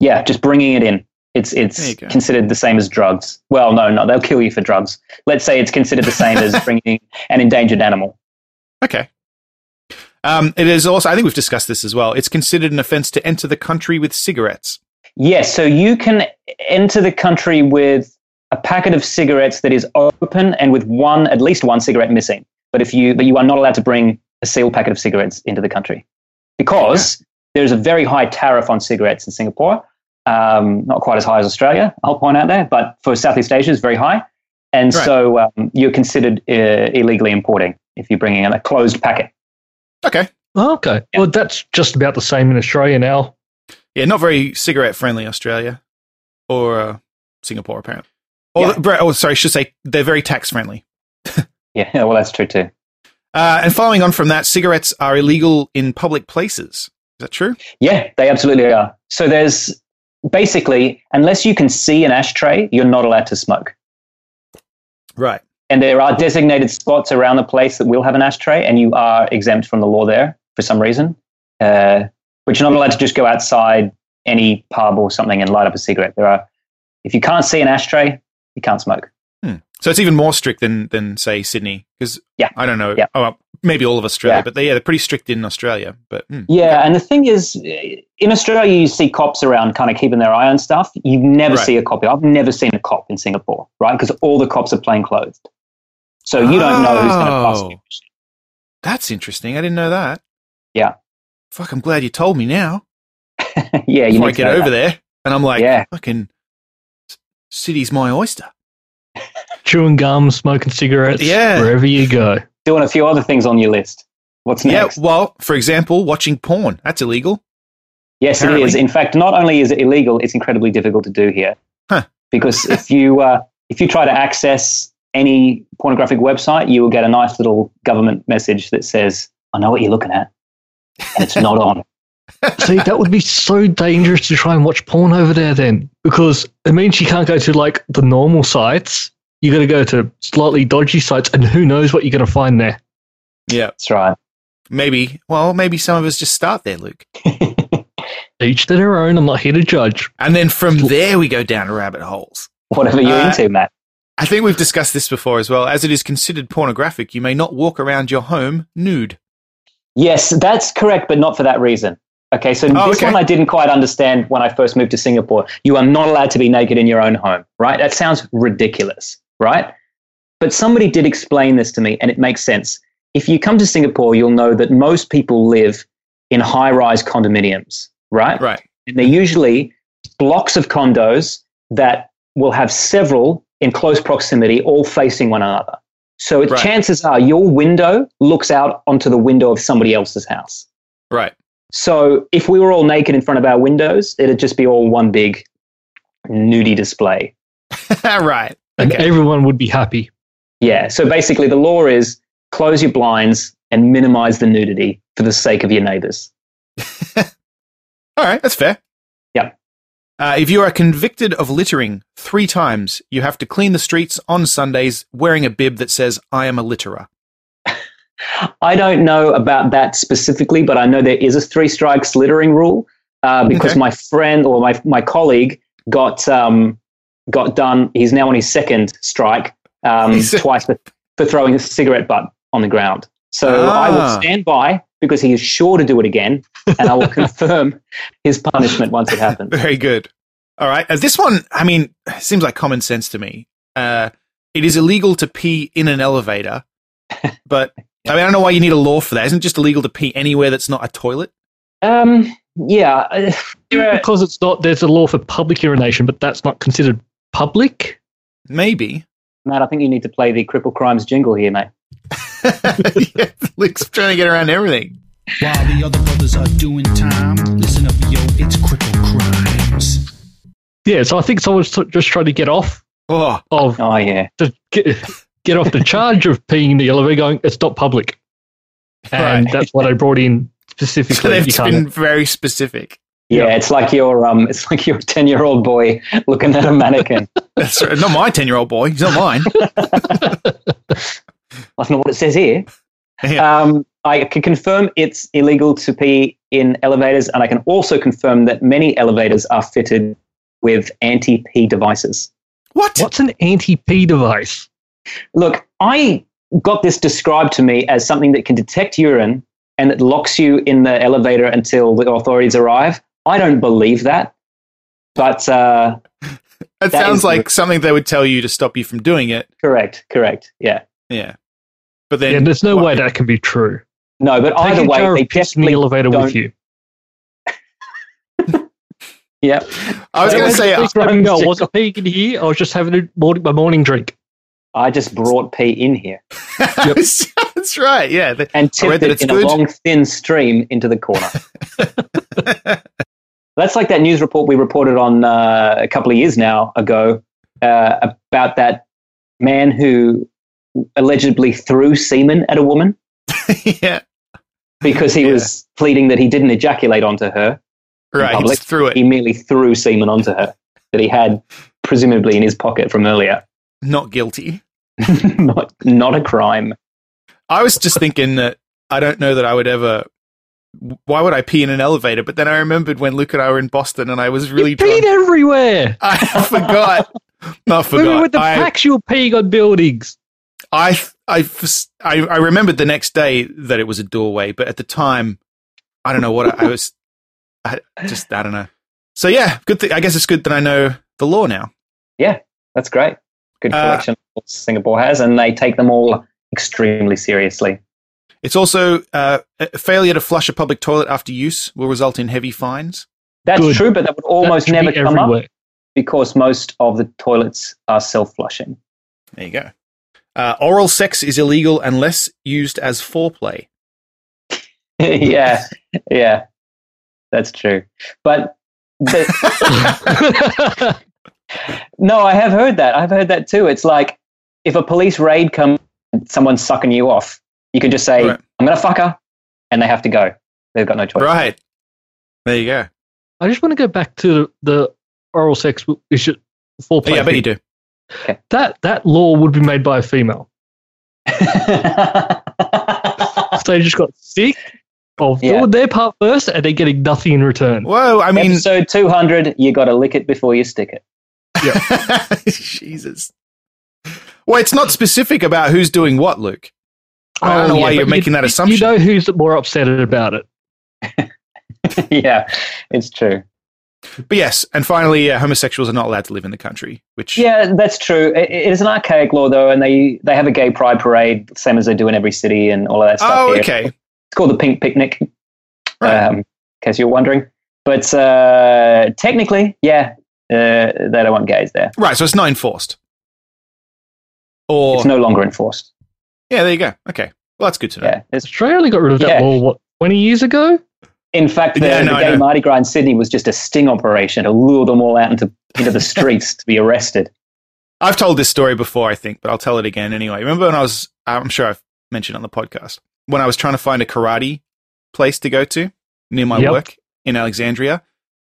B: Yeah, just bringing it in. It's it's considered the same as drugs. Well, no, no, they'll kill you for drugs. Let's say it's considered the same as bringing an endangered animal.
C: Okay. Um, it is also, I think we've discussed this as well. It's considered an offense to enter the country with cigarettes.
B: Yes, so you can enter the country with a packet of cigarettes that is open and with one, at least one cigarette missing. But if you, but you are not allowed to bring a sealed packet of cigarettes into the country because there is a very high tariff on cigarettes in Singapore. Um, not quite as high as Australia, I'll point out there, but for Southeast Asia, it's very high. And
C: Right.
B: so um, you're considered uh, illegally importing if you're bringing in a closed packet.
C: Okay.
D: Okay. Well, that's just about the same in Australia now.
C: Yeah, not very cigarette friendly, Australia or uh, Singapore, apparently. Or, bre- oh, sorry, I should say they're very tax friendly.
B: yeah, well, that's true too.
C: Uh, and following on from that, cigarettes are illegal in public places. Is that true?
B: Yeah, they absolutely are. So there's basically, unless you can see an ashtray, you're not allowed to smoke.
C: Right.
B: And there are designated spots around the place that will have an ashtray, and you are exempt from the law there for some reason. Uh, but you're not allowed to just go outside any pub or something and light up a cigarette. There are, if you can't see an ashtray, you can't smoke.
C: Hmm. So it's even more strict than, than say, Sydney. Because
B: yeah.
C: I don't know. Oh, well, maybe all of Australia,
B: Yeah.
C: but they, yeah, they're pretty strict in Australia. But hmm.
B: Yeah, and the thing is, in Australia, you see cops around kind of keeping their eye on stuff. You never
C: Right.
B: see a cop. I've never seen a cop in Singapore, right? Because all the cops are plain clothes. So you don't know who's going to pass you.
C: Oh. That's interesting. I didn't know that.
B: Yeah.
C: Fuck, I'm glad you told me now.
B: yeah, you
C: before
B: need
C: I
B: to
C: get
B: know that.
C: over there, and I'm like,
B: Yeah.
C: fucking c- city's my oyster.
D: Chewing gum, smoking cigarettes,
C: Yeah.
D: wherever you go.
B: Doing a few other things on your list. What's next?
C: Yeah, well, for example, watching porn. That's illegal.
B: Yes, it is.
C: Apparently.
B: In fact, not only is it illegal, it's incredibly difficult to do here. Because if you uh, if you try to access any pornographic website, you will get a nice little government message that says, "I know what you're looking at, and it's not on."
D: See, that would be so dangerous to try and watch porn over there then, because it means you can't go to like the normal sites. You got to go to slightly dodgy sites, and who knows what you're going to find there.
C: Yeah.
B: That's right.
C: Maybe, well, maybe some of us just start there, Luke.
D: Each to their own. I'm not here to judge.
C: And then from there, we go down rabbit holes.
B: Whatever you're
C: Uh,
B: into, Matt.
C: I think we've discussed this before as well. As it is considered pornographic, you may not walk around your home nude.
B: Yes, that's correct, but not for that reason. Okay, so
C: Oh,
B: this
C: okay.
B: one I didn't quite understand when I first moved to Singapore. You are not allowed to be naked in your own home, right? That sounds ridiculous, right? But somebody did explain this to me, and it makes sense. If you come to Singapore, you'll know that most people live in high rise condominiums, right?
C: Right.
B: And they're usually blocks of condos that will have several in close proximity, all facing one another. So it,
C: Right.
B: chances are your window looks out onto the window of somebody else's house.
C: Right.
B: So if we were all naked in front of our windows, it'd just be all one big nudie display.
C: right.
D: And everyone would be happy.
B: Yeah. So basically, the law is close your blinds and minimize the nudity for the sake of your neighbors.
C: All right, that's fair.
B: Yeah.
C: Uh, if you are convicted of littering three times, you have to clean the streets on Sundays wearing a bib that says, I am a litterer.
B: I don't know about that specifically, but I know there is a three strikes littering rule uh, because
C: Okay.
B: my friend or my, my colleague got um, got done. He's now on his second strike um, twice for, for throwing a cigarette butt on the ground. So I
C: Ah.
B: will stand by because he is sure to do it again, and I will confirm his punishment once it happens.
C: Very good. All right. Uh, this one, I mean, seems like common sense to me. Uh, it is illegal to pee in an elevator, but I mean, I don't know why you need a law for that. Isn't it just illegal to pee anywhere that's not a toilet?
B: Um, yeah,
D: because it's not. There's a law for public urination, but that's not considered public.
C: Maybe.
B: Matt, I think you need to play the Cripple Crimes jingle here, mate.
C: Luke's trying to get around everything.
O: While the other brothers are doing time, listen up, yo, it's cripple crimes.
D: Yeah, so I think someone's t- just trying to get off
C: oh.
D: of
B: oh yeah
D: to get, get off the charge of peeing in the elevator, going it's not public, and that's what I brought in
C: So
D: specifically.
C: they've
D: You
C: just
D: can't-
C: been very specific.
B: Yeah, it's like your um, it's like your ten year old boy looking at a mannequin.
C: That's right. Not my 10 year old boy. He's not mine.
B: That's not what it says here. Um, I can confirm it's illegal to pee in elevators, and I can also confirm that many elevators are fitted with anti pee devices.
C: What?
D: What's an anti pee device?
B: Look, I got this described to me as something that can detect urine and that locks you in the elevator until the authorities arrive. I don't believe that, but uh,
C: That,
B: That
C: sounds
B: is-
C: like something they would tell you to stop you from doing it.
B: correct, correct, yeah.
C: Yeah. But then
D: yeah, there's no way that can be true.
B: No, but
D: Take
B: either
D: a
B: way,
D: jar
B: they
D: of piss in
B: definitely
D: the elevator
B: don't.
D: with you.
B: Yeah,
C: I was going
D: That
C: to
D: was
C: say, "Oh,
D: the place where I go, I wasn't peeing in here. I was just having a morning, my morning drink.
B: I just brought pee in here
C: that's right. Yeah. the-
B: and
C: I
B: tipped
C: read that
B: it
C: it's
B: in
C: good.
B: a long, thin stream into the corner. That's like that news report we reported on uh, a couple of years now ago uh, about that man who allegedly threw semen at a woman
C: yeah.
B: because he was pleading that he didn't ejaculate onto her. in
C: Right. He
B: public.
C: just threw it.
B: He merely threw semen onto her that he had presumably in his pocket from earlier.
C: Not guilty.
B: not, not a crime.
C: I was just thinking that I don't know that I would ever. Why would I pee in an elevator? But then I remembered when Luke and I were in Boston and I was really
D: Peed
C: drunk.
D: everywhere.
C: I forgot. I
D: Remember
C: forgot.
D: with the
C: I,
D: facts you were peeing on buildings.
C: I, I, f- I, I remembered the next day that it was a doorway, but at the time, I don't know what I, I was. I just I don't know. So yeah, good. thing I guess it's good that I know the law now.
B: Yeah, that's great. Good
C: Uh,
B: collection Singapore has, and they take them all extremely seriously.
C: It's also uh, a failure to flush a public toilet after use will result in heavy fines.
B: That's
D: Good.
B: true, but that would almost
D: should be
B: never come
D: everywhere.
B: up because most of the toilets are self-flushing.
C: There you go. Uh, oral sex is illegal unless used as foreplay.
B: yeah, yeah, that's true. But the, no, I have heard that. I've heard that too. It's like if a police raid comes, and someone's sucking you off. You can just say,
C: Right.
B: "I'm gonna fuck her," and they have to go. They've got no choice.
C: Right. There you go.
D: I just want to go back to the oral sex w- issue.
C: yeah,
D: Foreplay
C: I bet
D: thing.
C: you do.
D: That that law would be made by a female. So they just got sick of
B: Yeah.
D: doing their part first, and they're getting nothing in return.
C: Whoa, I mean,
B: Episode 200, you got to lick it before you stick it.
C: Jesus. Well, it's not specific about who's doing what, Luke. I don't know why
D: Oh, yeah,
C: you're
D: but
C: making
D: you,
C: that
D: you-
C: assumption.
D: You know who's more upset about it.
B: yeah, it's true.
C: But yes, and finally, uh, homosexuals are not allowed to live in the country, which
B: Yeah, that's true. It, it is an archaic law, though, and they, they have a gay pride parade, same as they do in every city and all of that stuff. Um,
C: Oh,
B: here.
C: okay.
B: It's called the Pink Picnic,
C: Right.
B: um, in case you're wondering. But uh, technically, yeah, uh, they don't want gays there.
C: Right, so it's not enforced. Or
B: It's no longer enforced.
C: Yeah, there you go. Okay. Well, that's good to know.
B: Yeah, it's
D: Australia only got rid of that
B: Yeah.
D: law what twenty years ago.
B: In fact, the,
C: Yeah, no,
B: the
C: I
B: gay
C: know.
B: Mardi Gras in Sydney was just a sting operation to lure them all out into, into the streets to be arrested.
C: I've told this story before, I think, but I'll tell it again anyway. Remember when I was, I'm sure I've mentioned on the podcast, when I was trying to find a karate place to go to near my
D: Yep.
C: work in Alexandria.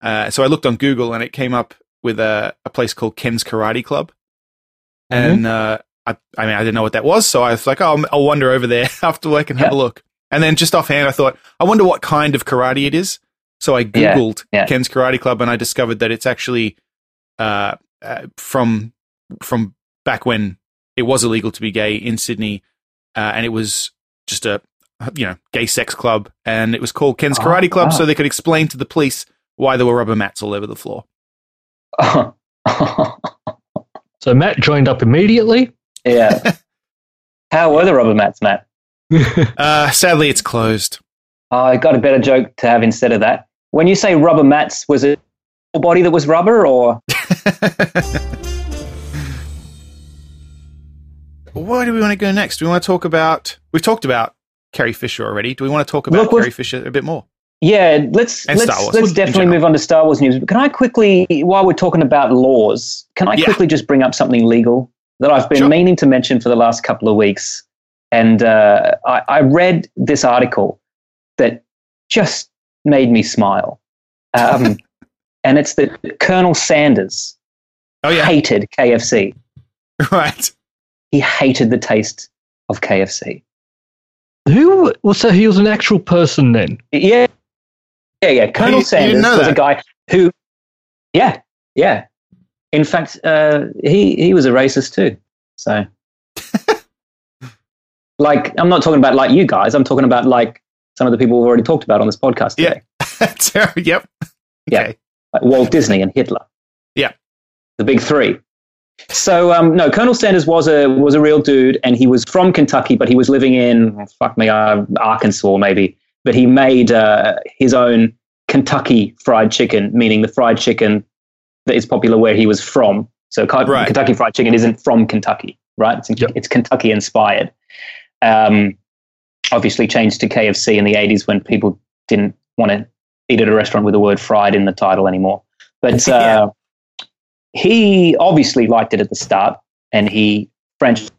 C: Uh, so I looked on Google and it came up with a, a place called Ken's Karate Club.
B: Mm-hmm.
C: And uh, I, I mean, I didn't know what that was. So I was like, oh, I'll wander over there after work and have a look. And then just offhand, I thought, I wonder what kind of karate it is. So I
B: Yeah,
C: Googled
B: yeah.
C: Ken's Karate Club and I discovered that it's actually uh, uh, from from back when it was illegal to be gay in Sydney, uh, and it was just a you know gay sex club, and it was called Ken's
B: Oh,
C: Karate Club,
B: wow.
C: so they could explain to the police why there were rubber mats all over the floor.
D: So Matt joined up immediately.
B: Yeah. How were the rubber mats, Matt?
C: Uh, sadly, it's closed.
B: Oh, I got a better joke to have instead of that. When you say rubber mats, was it a body that was rubber or?
C: Where do we want to go next? Do we want to talk about? We've talked about Carrie Fisher already. Do we want to talk about
B: Look, we've-
C: Carrie Fisher a bit more?
B: Yeah, let's
C: And
B: let's,
C: Star Wars
B: let's
C: in
B: definitely
C: general.
B: move on to Star Wars news. But can I quickly, while we're talking about laws, can I
C: Yeah.
B: quickly just bring up something legal that I've been
C: Sure.
B: meaning to mention for the last couple of weeks? And uh, I, I read this article that just made me smile, um, and it's that Colonel Sanders
C: Oh yeah,
B: hated KFC.
C: right.
B: he hated the taste of KFC.
D: Who was so he was an actual person then?
B: Yeah, yeah, yeah. Colonel Sanders
D: know
B: was a
D: that?
B: guy who, yeah, yeah. In fact, uh, he he was a racist too. So, like, I'm not talking about like you guys. I'm talking about like some of the people we've already talked about on this podcast. Today.
C: Yeah. yep.
B: Yeah. Like Walt Disney and Hitler.
C: Yeah.
B: The big three. So um, no, Colonel Sanders was a was a real dude, and he was from Kentucky, but he was living in fuck me, uh, Arkansas maybe. But he made uh, his own Kentucky fried chicken, meaning the fried chicken that is popular where he was from. So Ken-
C: Right.
B: Kentucky Fried Chicken isn't from Kentucky, right? It's, it's Kentucky inspired. Um, obviously changed to KFC in the '80s when people didn't want to eat at a restaurant with the word "fried" in the title anymore. But uh, he obviously liked it at the start and he French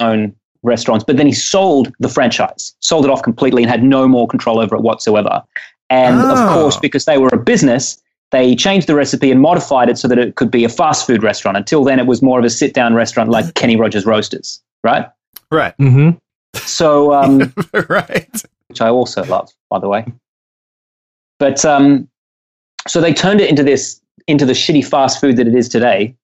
B: owned restaurants, but then he sold the franchise, sold it off completely and had no more control over it whatsoever. And of
P: Ah.
B: course, because they were a business, they changed the recipe and modified it so that it could be a fast food restaurant. Until then, it was more of a sit down restaurant like Kenny Rogers Roasters, right?
C: Right.
D: Mm-hmm.
B: So, um,
C: right.
B: Which I also love, by the way. But um, so they turned it into this, into the shitty fast food that it is today.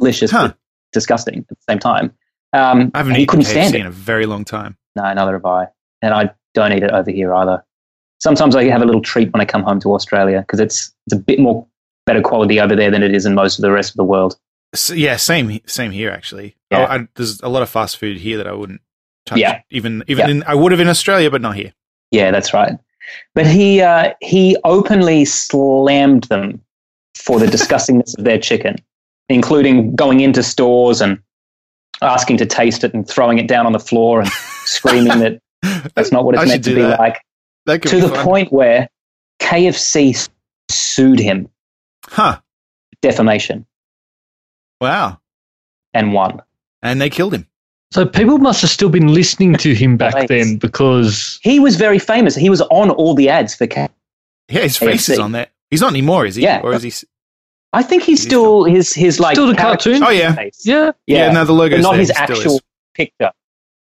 B: Delicious, but disgusting at the same time. Um,
C: I
B: and you
C: haven't eaten
B: couldn't
C: KFC
B: stand it.
C: in a very long time.
B: No, neither have I. And I don't eat it over here either. Sometimes I have a little treat when I come home to Australia because it's, it's a bit more better quality over there than it is in most of the rest of the world.
C: S yeah, same same here actually.
B: Yeah.
C: I, I, there's a lot of fast food here that I wouldn't touch.
B: Yeah.
C: Even even
B: Yeah.
C: in I would have in Australia, but not here.
B: Yeah, that's right. But he uh, he openly slammed them for the disgustingness of their chicken, including going into stores and asking to taste it and throwing it down on the floor and screaming that that's not what
C: I
B: it's
C: should
B: meant to
C: do
B: be
C: that.
B: like.
C: That could
B: to
C: be
B: the
C: fun.
B: point where KFC sued him.
C: Huh.
B: Defamation.
C: Wow.
B: And won.
C: And they killed him.
D: So people must have still been listening to him back then because
B: He was very famous. He was on all the ads for KFC.
C: Yeah, his face is on there. He's not anymore, is he?
B: Yeah.
C: Or is he? s-
B: I think he's still, his his like
D: Still the
B: character
D: cartoon?
C: Oh yeah.
B: face.
D: yeah,
C: Yeah, no, the logo's
B: but not
C: there,
B: his
C: it still
B: actual
C: is.
B: picture.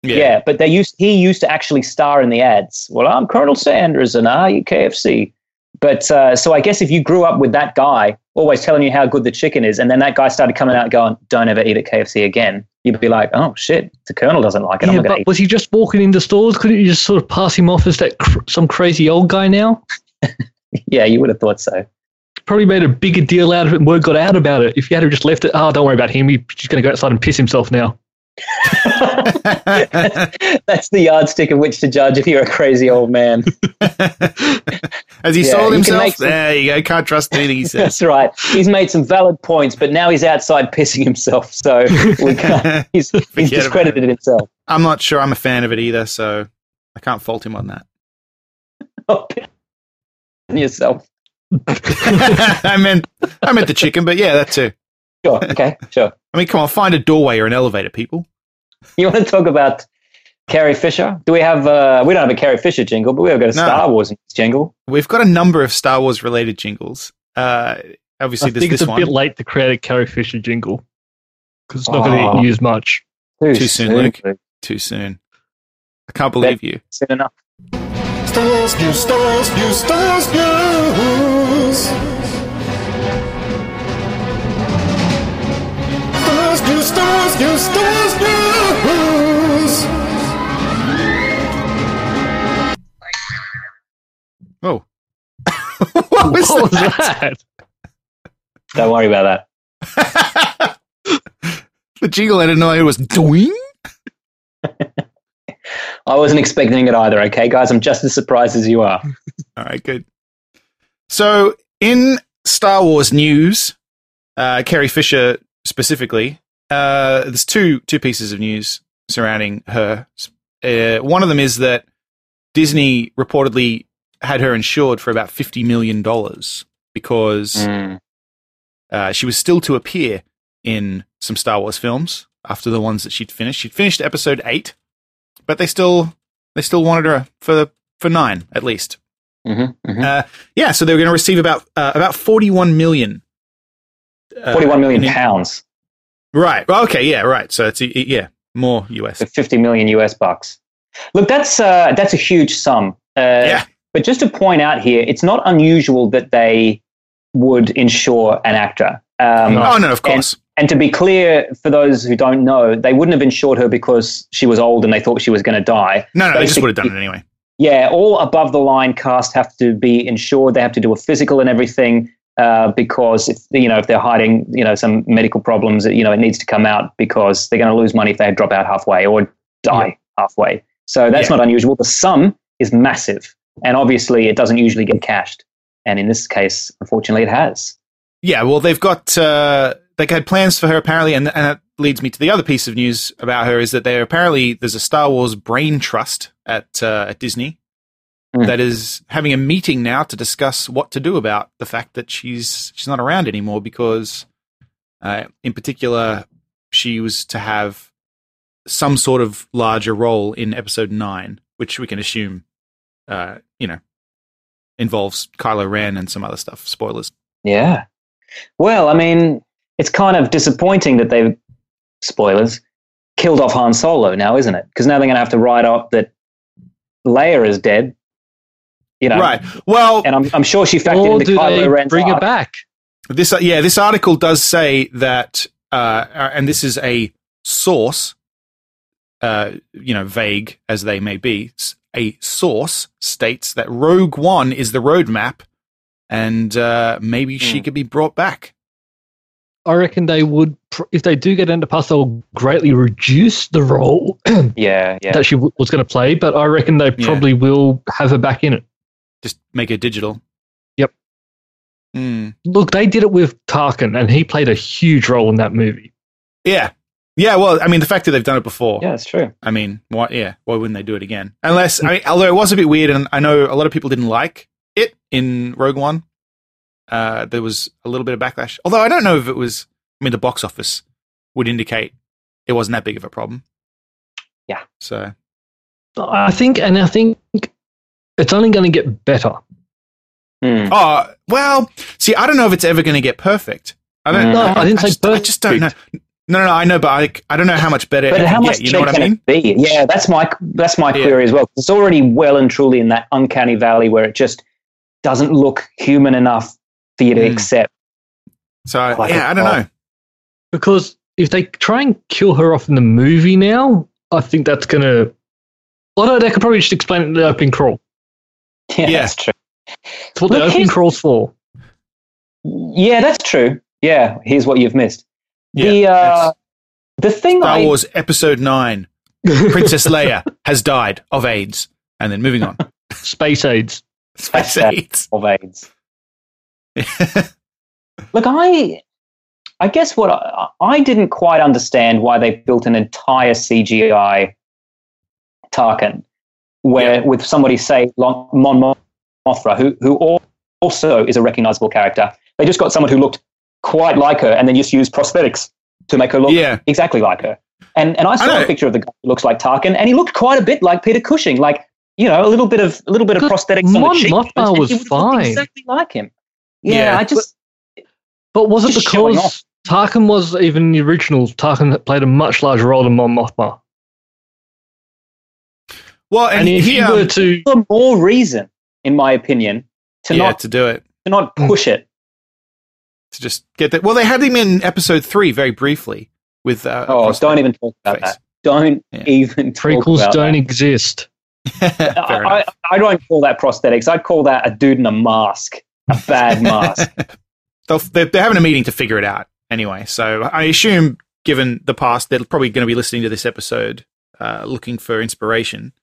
C: Yeah.
B: Yeah. but they used he used to actually star in the ads. Well, I'm Colonel Sanders and I eat KFC. But uh, so I guess if you grew up with that guy always telling you how good the chicken is, and then that guy started coming out going, "Don't ever eat at KFC again," you'd be like, "Oh shit, the Colonel doesn't like it. I'm
D: yeah.
B: not gonna
D: But
B: eat."
D: was he just walking into stores? Couldn't you just sort of pass him off as that cr- some crazy old guy now?
B: yeah, you would have thought so.
D: Probably made a bigger deal out of it. and Word got out about it. If you had have just left it, oh, don't worry about him. He's just going to go outside and piss himself now.
B: That's the yardstick of which to judge if you're a crazy old man.
C: Has he
B: Yeah,
C: sold
B: you can
C: himself?
B: make some-
C: there you go. Can't trust anything he says.
B: That's right. He's made some valid points, but now he's outside pissing himself. So we can't, he's, he's
C: Forget
B: discredited himself.
C: I'm not sure. I'm a fan of it either, so I can't fault him on that.
B: Yourself.
C: I meant I meant the chicken, but yeah, that too.
B: Sure. Okay. Sure.
C: I mean, come on, find a doorway or an elevator, people.
B: You want to talk about Carrie Fisher? Do we have? Uh, we don't have a Carrie Fisher jingle, but we've got a
C: No.
B: Star Wars jingle.
C: We've got a number of Star Wars related jingles. Uh, obviously,
D: I
C: there's
D: think
C: this
D: it's a
C: one.
D: bit late to create a Carrie Fisher jingle because it's not going to
C: Oh.
D: get used much.
B: Too,
C: soon, Luke. Too soon. I can't believe you.
B: Soon enough.
E: Star Wars news, Star Wars news, Star Wars news. Star Wars news, Star Wars news, Star Wars news.
C: Whoa. Oh. what was
D: What was
C: that?
D: that?
B: Don't worry about that.
C: The jingle I didn't know it was doing.
B: I wasn't expecting it either. Okay, guys, I'm just as surprised as you are.
C: All right, good. So, in Star Wars news, uh, Carrie Fisher specifically, uh, there's two two pieces of news surrounding her. Uh, one of them is that Disney reportedly had her insured for about fifty million dollars because
B: Mm.
C: uh, she was still to appear in some Star Wars films after the ones that she'd finished. She'd finished Episode Eight, but they still they still wanted her for for nine at least.
B: mm-hmm,
C: Uh, yeah, so they were going to receive about uh, about forty one million. uh,
B: Forty-one million
C: in-
B: pounds,
C: Right. Well, okay. Yeah. Right. So it's yeah more US.
B: fifty million US bucks. Look, that's uh, that's a huge sum. Uh, But just to point out here, it's not unusual that they would insure an actor. Um,
C: No. Oh, no, of
B: and-
C: course.
B: And to be clear, for those who don't know, they wouldn't have insured her because she was old and they thought she was going to die.
C: No, no, they just
B: Basic-
C: would have done it anyway.
B: yeah, all above the line cast have to be insured. They have to do a physical and everything uh, because if you know if they're hiding you know some medical problems, you know it needs to come out because they're going to lose money if they drop out halfway or die halfway. So that's not unusual. The sum is massive, and obviously it doesn't usually get cashed. And in this case, unfortunately, it has.
C: Yeah, well, they've got uh, they had plans for her apparently, and, and that leads me to the other piece of news about her is that there apparently there's a Star Wars brain trust at uh, at Disney that is having a meeting now to discuss what to do about the fact that she's she's not around anymore because, uh, in particular, she was to have some sort of larger role in Episode Nine, which we can assume, uh, you know, involves Kylo Ren and some other stuff. Spoilers.
B: Yeah. Well, I mean, it's kind of disappointing that they've spoilers killed off Han Solo now, isn't it? Because now they're going to have to write off that Leia is dead. You know,
C: Right. Well,
B: and I'm, I'm sure she factored
D: Or
B: into
D: do they
B: Kylo Ren's
D: bring her
B: arc.
D: back?
C: This, uh, yeah, this article does say that, uh, uh, and this is a source, uh, you know, vague as they may be. s- A source states that Rogue One is the roadmap, and uh, maybe
B: Hmm.
C: she could be brought back.
D: I reckon they would, pr- if they do get into pass, they'll greatly reduce the role
B: Yeah, yeah.
D: that she w- was going to play. But I reckon they
C: Yeah.
D: probably will have her back in it.
C: Just make it digital.
D: Yep.
C: Mm.
D: Look, they did it with Tarkin, and he played a huge role in that movie.
C: Yeah. Yeah. Well, I mean, the fact that they've done it before.
B: Yeah, that's true.
C: I mean, why? Yeah, why wouldn't they do it again? Unless, I mean, although it was a bit weird, and I know a lot of people didn't like it in Rogue One. Uh, there was a little bit of backlash. Although I don't know if it was. I mean, the box office would indicate it wasn't that big of a problem.
B: Yeah.
C: So
D: I think, and I think it's only going to get better.
B: Hmm.
C: Oh, well, see, I don't know if it's ever going to get perfect. I don't
D: No, I didn't say
C: just, I just don't know. No, no, no, I know, but I, I don't know how much better
B: But
C: it
B: how
C: can
B: much
C: get. You know what I
B: cheaper
C: mean?
B: can it be? Yeah, that's my that's my query as well. It's already well and truly in that uncanny valley where it just doesn't look human enough for you to
C: Hmm.
B: accept.
C: So
B: Like oh.
C: yeah,
B: a
C: I don't
B: car.
C: know.
D: Because if they try and kill her off in the movie now, I think that's going to. Although they could probably just explain it in the open crawl.
B: Yeah, that's true.
D: It's what the
B: Look,
D: open
B: here's-
D: crawl's for.
B: Yeah, that's true. Yeah, here's what you've missed. the uh, the thing
C: Star
B: I
C: Wars Episode Nine: Princess Leia has died of AIDS, and then moving on.
D: Space AIDS.
C: Space
B: Hashtag
C: AIDS.
B: of AIDS. Look, I, I guess what I, I didn't quite understand why they built an entire CGI Tarkin, where with somebody say Lon, Mon Mothra, who who al- also is a recognizable character. They just got someone who looked quite like her, and then just used prosthetics to make her look
C: Yeah.
B: exactly like her. And and I saw
C: know.
B: a picture of the guy who looks like Tarkin, and he looked quite a bit like Peter Cushing, like you know, a little bit of a little bit of
D: Good
B: prosthetics on the
D: Mon
B: cheek.
D: Mothma was fine.
B: exactly like him. Yeah,
D: Yeah.
B: I just
D: But was it
B: Just showing
D: because Tarkin was even in the original? Tarkin played a much larger role than Mon Mothma.
C: Well, and,
D: And if
C: he,
D: you
C: um,
D: were to,
B: for more reason, in my opinion, to
C: yeah, mm,
B: not
C: to do it
B: to not push it.
C: to just get that. Well, they had him in Episode Three very briefly with. Uh, a
B: Oh,
C: prosthetic
B: don't even talk about
C: face.
B: that. Don't
C: Yeah.
B: even talk
D: prequels
B: about
D: don't e-
B: That.
D: exist.
C: Fair
B: I, I,
C: enough.
B: I don't call that prosthetics. I'd call that a dude in a mask, a bad mask.
C: They'll, they're, they're having a meeting to figure it out anyway. So I assume, given the past, they're probably going to be listening to this episode, uh, looking for inspiration.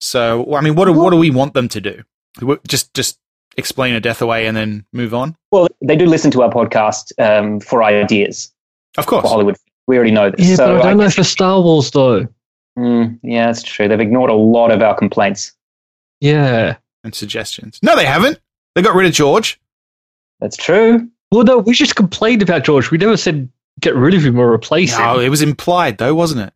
C: So well, I mean, what do, what do we want them to do? W- Just just explain a death away and then move on.
B: well, they do listen to our podcast um, for ideas
C: Of
B: for
C: course.
B: Hollywood. We already know this.
D: Yeah,
B: so
D: but I don't know for Star Wars though.
B: Mm, yeah, that's true. They've ignored a lot of our complaints.
D: Yeah.
C: and suggestions. No, they haven't. They got rid of George.
B: That's true.
D: Well, no, we just complained about George. We never said get rid of him or replace
C: No,
D: him.
C: it was implied though, wasn't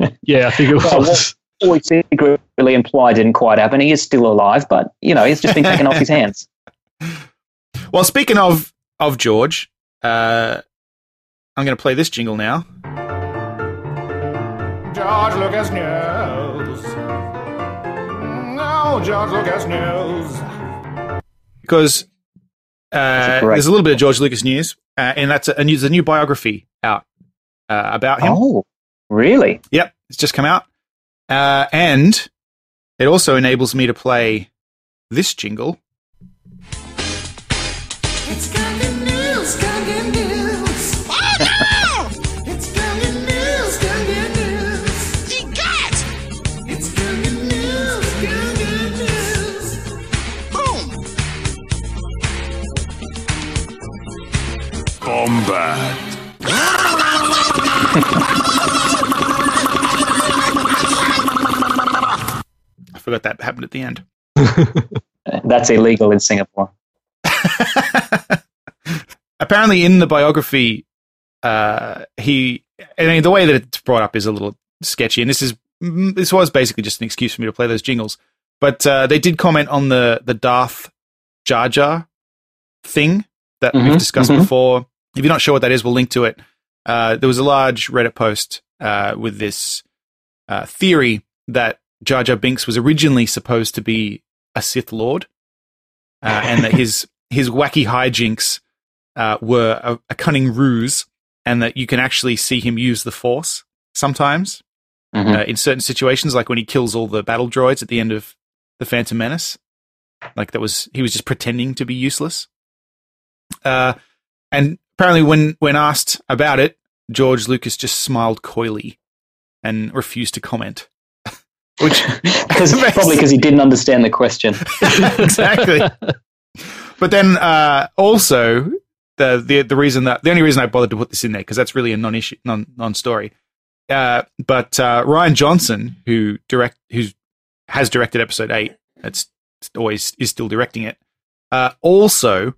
C: it?
D: Yeah, I think it
B: Well,
D: was.
B: All we secretly implied didn't quite happen. He is still alive, but you know, he's just been taken off his hands.
C: Well, speaking of of George, uh, I'm going to play this jingle now.
Q: George Lucas News.
R: now, Mm, oh, George Lucas News.
C: because uh,
R: great-
C: there's a little bit of George Lucas news, uh, and that's a, and there's a new biography out uh, about him.
B: Oh, really?
C: Yep, it's just come out, uh, and it also enables me to play this jingle.
F: It's Gungan News, Gungan News. it's Gungan News, Gungan News. It's Gungan News, Gungan News. Boom!
R: Bombad.
C: I forgot that happened at the end.
B: That's illegal in Singapore.
C: apparently in the biography uh he i mean the way that it's brought up is a little sketchy and this is mm, this was basically just an excuse for me to play those jingles but uh they did comment on the the darth jar jar thing that we've
R: Mhm,
C: discussed
R: mhm.
C: before if you're not sure what that is we'll link to it uh there was a large reddit post uh with this uh theory that jar jar binks was originally supposed to be a sith lord uh, and that his his wacky hijinks uh, were a, a cunning ruse, and that you can actually see him use the Force sometimes
B: Mm-hmm. Hmm.
C: uh, in certain situations, like when he kills all the battle droids at the end of the Phantom Menace. Like that was he was just pretending to be useless. Uh, and apparently, when when asked about it, George Lucas just smiled coyly and refused to comment. Which
B: Probably because he didn't understand the question.
C: exactly. But then uh, also the, the the reason that the only reason I bothered to put this in there because that's really a non-issue, non non story. Uh, but uh, Ryan Johnson, who direct who has directed episode eight, that's always is still directing it. Uh, also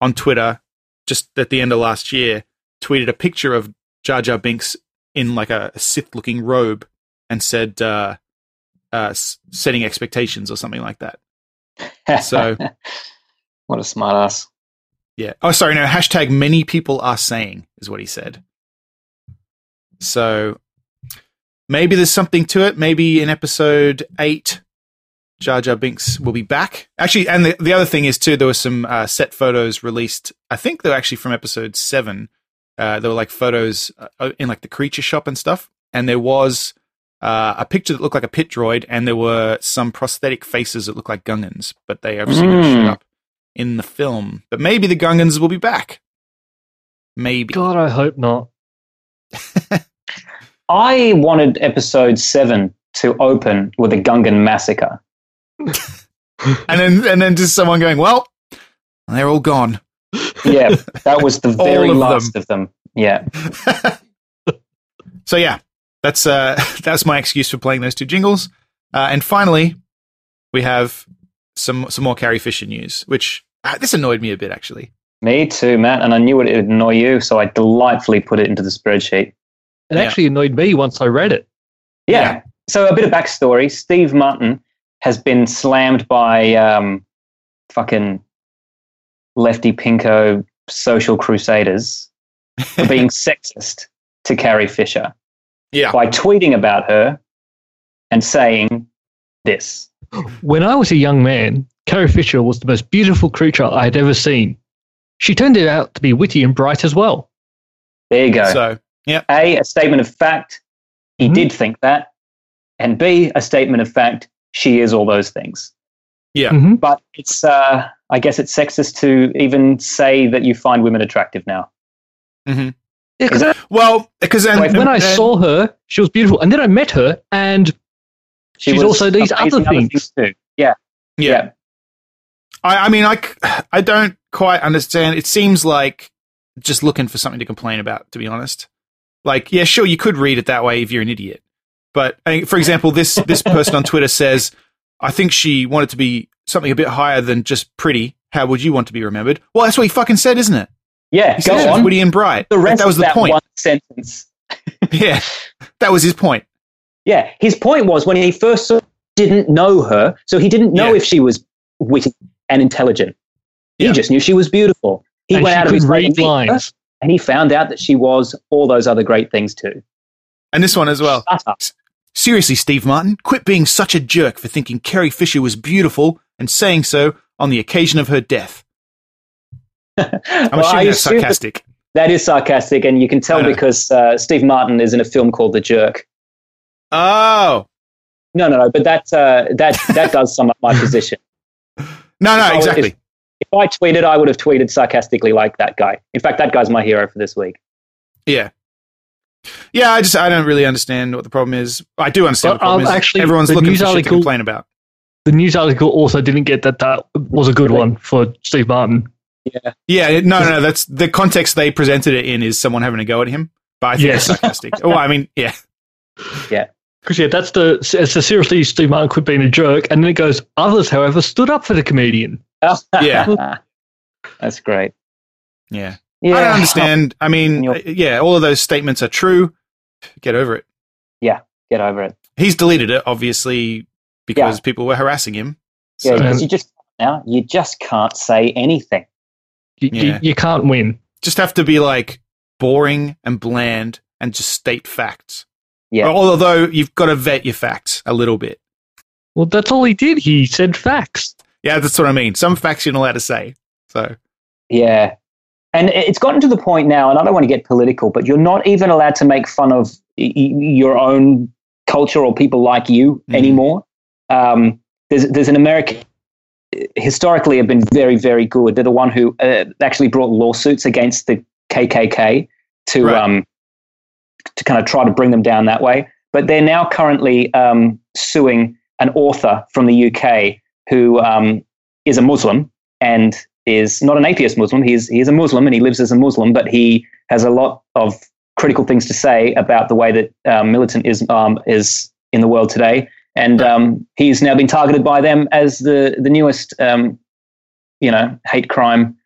C: on Twitter, just at the end of last year, tweeted a picture of Jar Jar Binks in like a Sith looking robe and said, uh, uh, s- "Setting expectations" or something like that. So
B: what a smartass.
C: Yeah. Oh, sorry. No. Hashtag many people are saying is what he said. So maybe there's something to it. Maybe in episode eight, Jar Jar Binks will be back. Actually, and the, the other thing is too, there were some uh, set photos released. I think they're actually from episode seven. Uh, there were like photos uh, in like the creature shop and stuff, and there was uh, a picture that looked like a pit droid, and there were some prosthetic faces that looked like Gungans, but they obviously got
B: Mm.
C: shut up in the film. But maybe the Gungans will be back. Maybe.
D: God, I hope not.
B: I wanted episode seven to open with a Gungan massacre.
C: And then and then just someone going, Well, they're all gone.
B: Yeah, that was the
C: All
B: very
C: of
B: last of them. Yeah.
C: So yeah, that's uh that's my excuse for playing those two jingles. Uh, and finally, we have some some more Carrie Fisher news, which uh, this annoyed me a bit actually.
B: Me too, Matt. And I knew it would annoy you, so I delightfully put it into the spreadsheet.
D: It actually annoyed me once I read it.
B: Yeah. So a bit of backstory: Steve Martin has been slammed by um, fucking lefty pinko social crusaders for being sexist to Carrie Fisher.
C: Yeah.
B: By tweeting about her and saying this.
D: When I was a young man, Carrie Fisher was the most beautiful creature I had ever seen. She turned it out to be witty and bright as well.
B: There you go.
C: So, yeah.
B: A, a statement of fact. He did think that. And B, a statement of fact. She is all those things.
C: Yeah.
D: Mm-hmm.
B: But it's, uh, I guess it's sexist to even say that you find women attractive now.
C: Mm-hmm.
D: Yeah, 'cause I-
C: Well, because
D: Like, when I saw her, she was beautiful, and then I met her, and
B: She
D: she's
B: was
D: also these
B: amazing
D: other
B: other
D: things.
B: too. Yeah.
C: Yeah. I, I mean, I, c- I don't quite understand. It seems like just looking for something to complain about, to be honest. Like, yeah, sure, you could read it that way if you're an idiot. But I- for example, this, this person on Twitter says, I think she wanted to be something a bit higher than just pretty. How would you want to be remembered? Well, that's what he fucking said, isn't it?
B: Yeah,
C: He
B: go
C: said she was
B: on.
C: witty and bright.
B: The
C: Like,
B: rest
C: that was
B: of
C: the
B: that
C: point.
B: one sentence.
C: yeah. That was his point.
B: Yeah, his point was when he first saw, didn't know her, so he didn't know if she was witty and intelligent. He just knew she was beautiful. He
D: And
B: went
D: she
B: out of
D: could
B: his way to
D: read
B: meet her,
D: lines.
B: and he found out that she was all those other great things too.
C: And this one as well. Seriously, Steve Martin, quit being such a jerk for thinking Carrie Fisher was beautiful and saying so on the occasion of her death. I'm
B: Well, I
C: assuming that's
B: assume that-
C: sarcastic.
B: That is sarcastic, and you can tell because uh, Steve Martin is in a film called The Jerk.
C: Oh.
B: No, no, no. But that uh, that that does sum up my position.
C: No, no,
B: If I was-
C: exactly.
B: If, if I tweeted, I would have tweeted sarcastically like that guy. In fact, that guy's my hero for this week.
C: Yeah. Yeah, I just I don't really understand what the problem is. I do understand
D: Well,
C: what the problem
D: um,
C: is.
D: actually,
C: Everyone's
D: the
C: looking for
D: news
C: shit to
D: article-
C: complain about.
D: The news article also didn't get that that was a good one for Steve Martin.
B: Yeah.
C: Yeah, it- no, no, no. That's the context they presented it in is someone having a go at him. But I think
D: Yes.
C: it's sarcastic. oh, I mean, yeah.
B: Yeah.
D: Because yeah, that's the it's a seriously Steve Martin quit being a jerk, and then it goes. Others, however, stood up for the comedian.
C: Yeah.
B: That's great.
C: Yeah.
B: Yeah.
C: I don't understand. I mean, uh, yeah, all of those statements are true. Get over it.
B: Yeah, get over it.
C: He's deleted it, obviously, because people were harassing him.
B: Yeah,
C: So-
B: because you just now you just can't say anything.
D: you- you can't win.
C: Just have to be like boring and bland and just state facts.
B: Yeah.
C: Although you've got to vet your facts a little bit.
D: Well, that's all he did. He said facts.
C: Yeah, that's what I mean. Some facts you're not allowed to say. So
B: Yeah. And it- it's gotten to the point now, and I don't want to get political, but you're not even allowed to make fun of y- y- your own culture or people like you anymore. Um, there's, there's an American, historically, have been very, very good. They're the one who uh, actually brought lawsuits against the KKK to, um, to kind of try to bring them down that way. But they're now currently um, suing an author from the UK who um, is a Muslim and is not an atheist Muslim. He's he's a Muslim and he lives as a Muslim, but he has a lot of critical things to say about the way that um, militant Islam is in the world today. And um, he's now been targeted by them as the the newest, um, you know, hate crime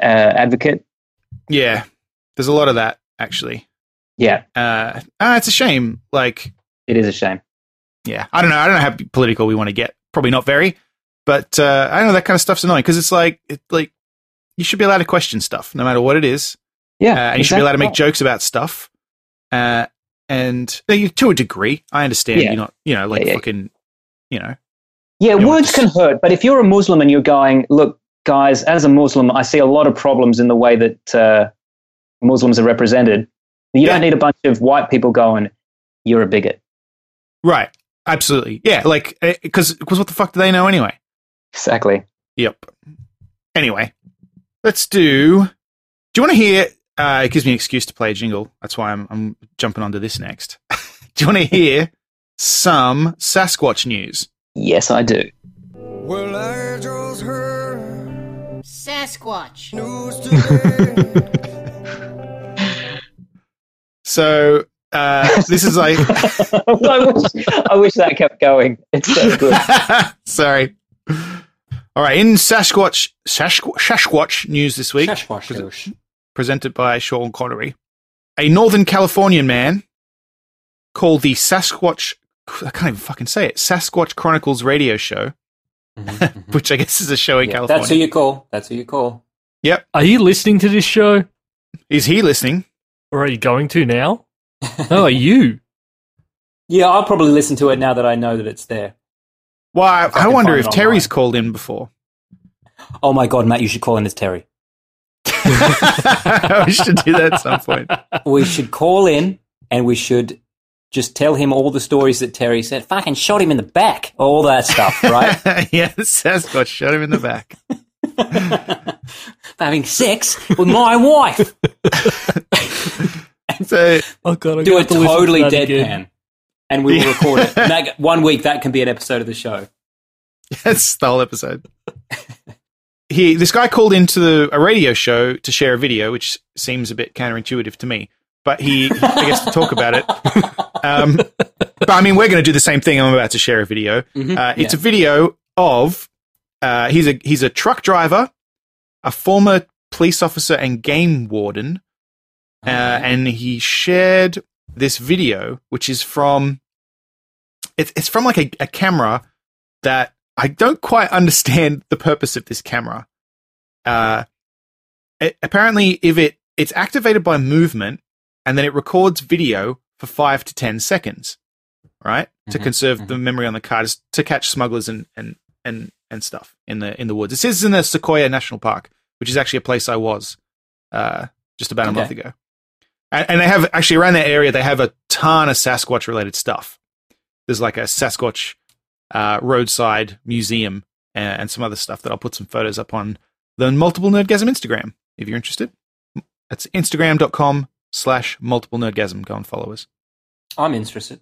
B: uh, advocate.
C: yeah, there's a lot of that actually.
B: Yeah,
C: uh, ah, it's a shame. Like
B: it is a shame.
C: Yeah, I don't know. I don't know how political we want to get. Probably not very, but uh, I don't know that kind of stuff's annoying because it's like it, like you should be allowed to question stuff no matter what it is.
B: Yeah,
C: uh, and you should be allowed
B: exactly
C: to
B: Oh.
C: make
B: right.
C: jokes about stuff. Uh, and no, you- to a degree, I understand
B: Yeah.
C: you're not you know like
B: Yeah, yeah.
C: fucking you know
B: Yeah, words can hurt, but if you're a Muslim and you're going, look, guys, as a Muslim, I see a lot of problems in the way that uh, Muslims are represented. You don't need a bunch of white people going, you're a bigot.
C: right. Absolutely, yeah. Like because because what the fuck do they know anyway?
B: Exactly.
C: Yep. Anyway, let's do. Do you want to hear? Uh, it gives me an excuse to play a jingle. That's why I'm, I'm jumping onto this next. do you want to hear some Sasquatch news?
B: Yes, I do.
F: Well, I just heard Sasquatch news
C: So uh, this is like.
B: I, wish, I wish that kept going. It's so good.
C: Sorry. All right, in Sasquatch Sasqu- Sasquatch news this week, pres- presented by Sean Connery, a Northern Californian man called the Sasquatch. I can't even fucking say it. Sasquatch Chronicles radio show, which I guess is a show in California.
G: Mm-hmm. That's who you call. That's who you call.
C: Yep.
D: Are you listening to this show?
C: Is he listening?
D: Or are you going to now? no, are you?
G: Yeah, I'll probably listen to it now that I know that it's there.
C: Well, I, I
G: can
C: wonder
G: find
C: if
G: it
C: Terry's called in before.
G: Oh my god, Matt, you should call in as Terry.
C: we should do that at some point.
G: We should call in and we should just tell him all the stories that Terry said. Fucking shot him in the back. All that stuff, right?
C: yeah, the Sasquatch shot him in the back.
G: Having sex with my wife.
C: so
D: oh god, I'm
G: do
D: gonna
G: a
D: have to listen to
G: totally
D: that
G: deadpan,
D: again.
G: and we will
D: Yeah.
G: record it. And that, one week that can be an episode of the show.
C: That's the whole episode. he, this guy called into the, a radio show to share a video, which seems a bit counterintuitive to me. But he, he- I guess, to talk about it. Um, but I mean, we're going to do the same thing. I'm about to share a video. Uh, it's a video of uh, he's a he's a truck driver, a former police officer and game warden, uh, and he shared this video, which is from it's it's from like a, a camera that I don't quite understand the purpose of this camera. Uh, it- apparently, if it it's activated by movement, and then it records video for five to ten seconds, right? To
S: Mhm,
C: conserve the memory on the card is to catch smugglers and, and, and, and stuff in the in the woods. This is in the Sequoia National Park, which is actually a place I was uh, just about a month
S: Okay.
C: ago. And, and they have actually around that area they have a ton of Sasquatch related stuff. There's like a Sasquatch uh, roadside museum uh, and, and some other stuff that I'll put some photos up on the Multiple Nerdgasm Instagram if you're interested. That's instagram.com slash multiple nerdgasm. Go and follow us.
B: I'm interested.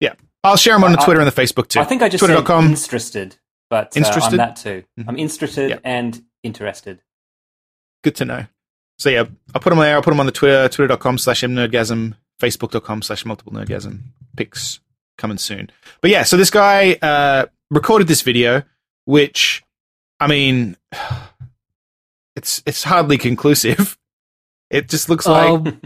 C: Yeah. I'll share them on the
B: I-
C: Twitter and the Facebook too.
B: I think I just said
C: Twitter.com.
B: interested, but uh, I'm
C: Interested? Mm-hmm.
B: that too. I'm interested and interested.
C: Good to know. So yeah, I'll put them there. I'll put them on the Twitter, twitter.com slash mnerdgasm, facebook.com slash multiple nerdgasm. Pics coming soon. But yeah, so this guy uh, recorded this video, which, I mean, it's it's hardly conclusive. It just looks like
D: Um.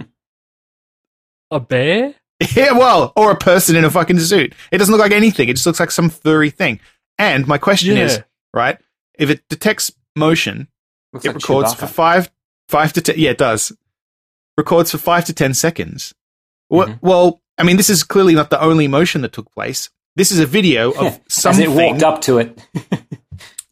D: a bear?
C: Yeah, well, or a person in a fucking suit. It doesn't look like anything. It just looks like some furry thing. And my question is,
S: Yeah.
C: right? If it detects motion,
S: Looks like
C: it records for
S: Chewbacca.
C: five, five to ten. Yeah, it does. Records for five to ten seconds. Wha-
B: Mm-hmm.
C: Well, I mean, this is clearly not the only motion that took place. This is a video
B: As
C: of
B: it
C: something.
B: walked up to it.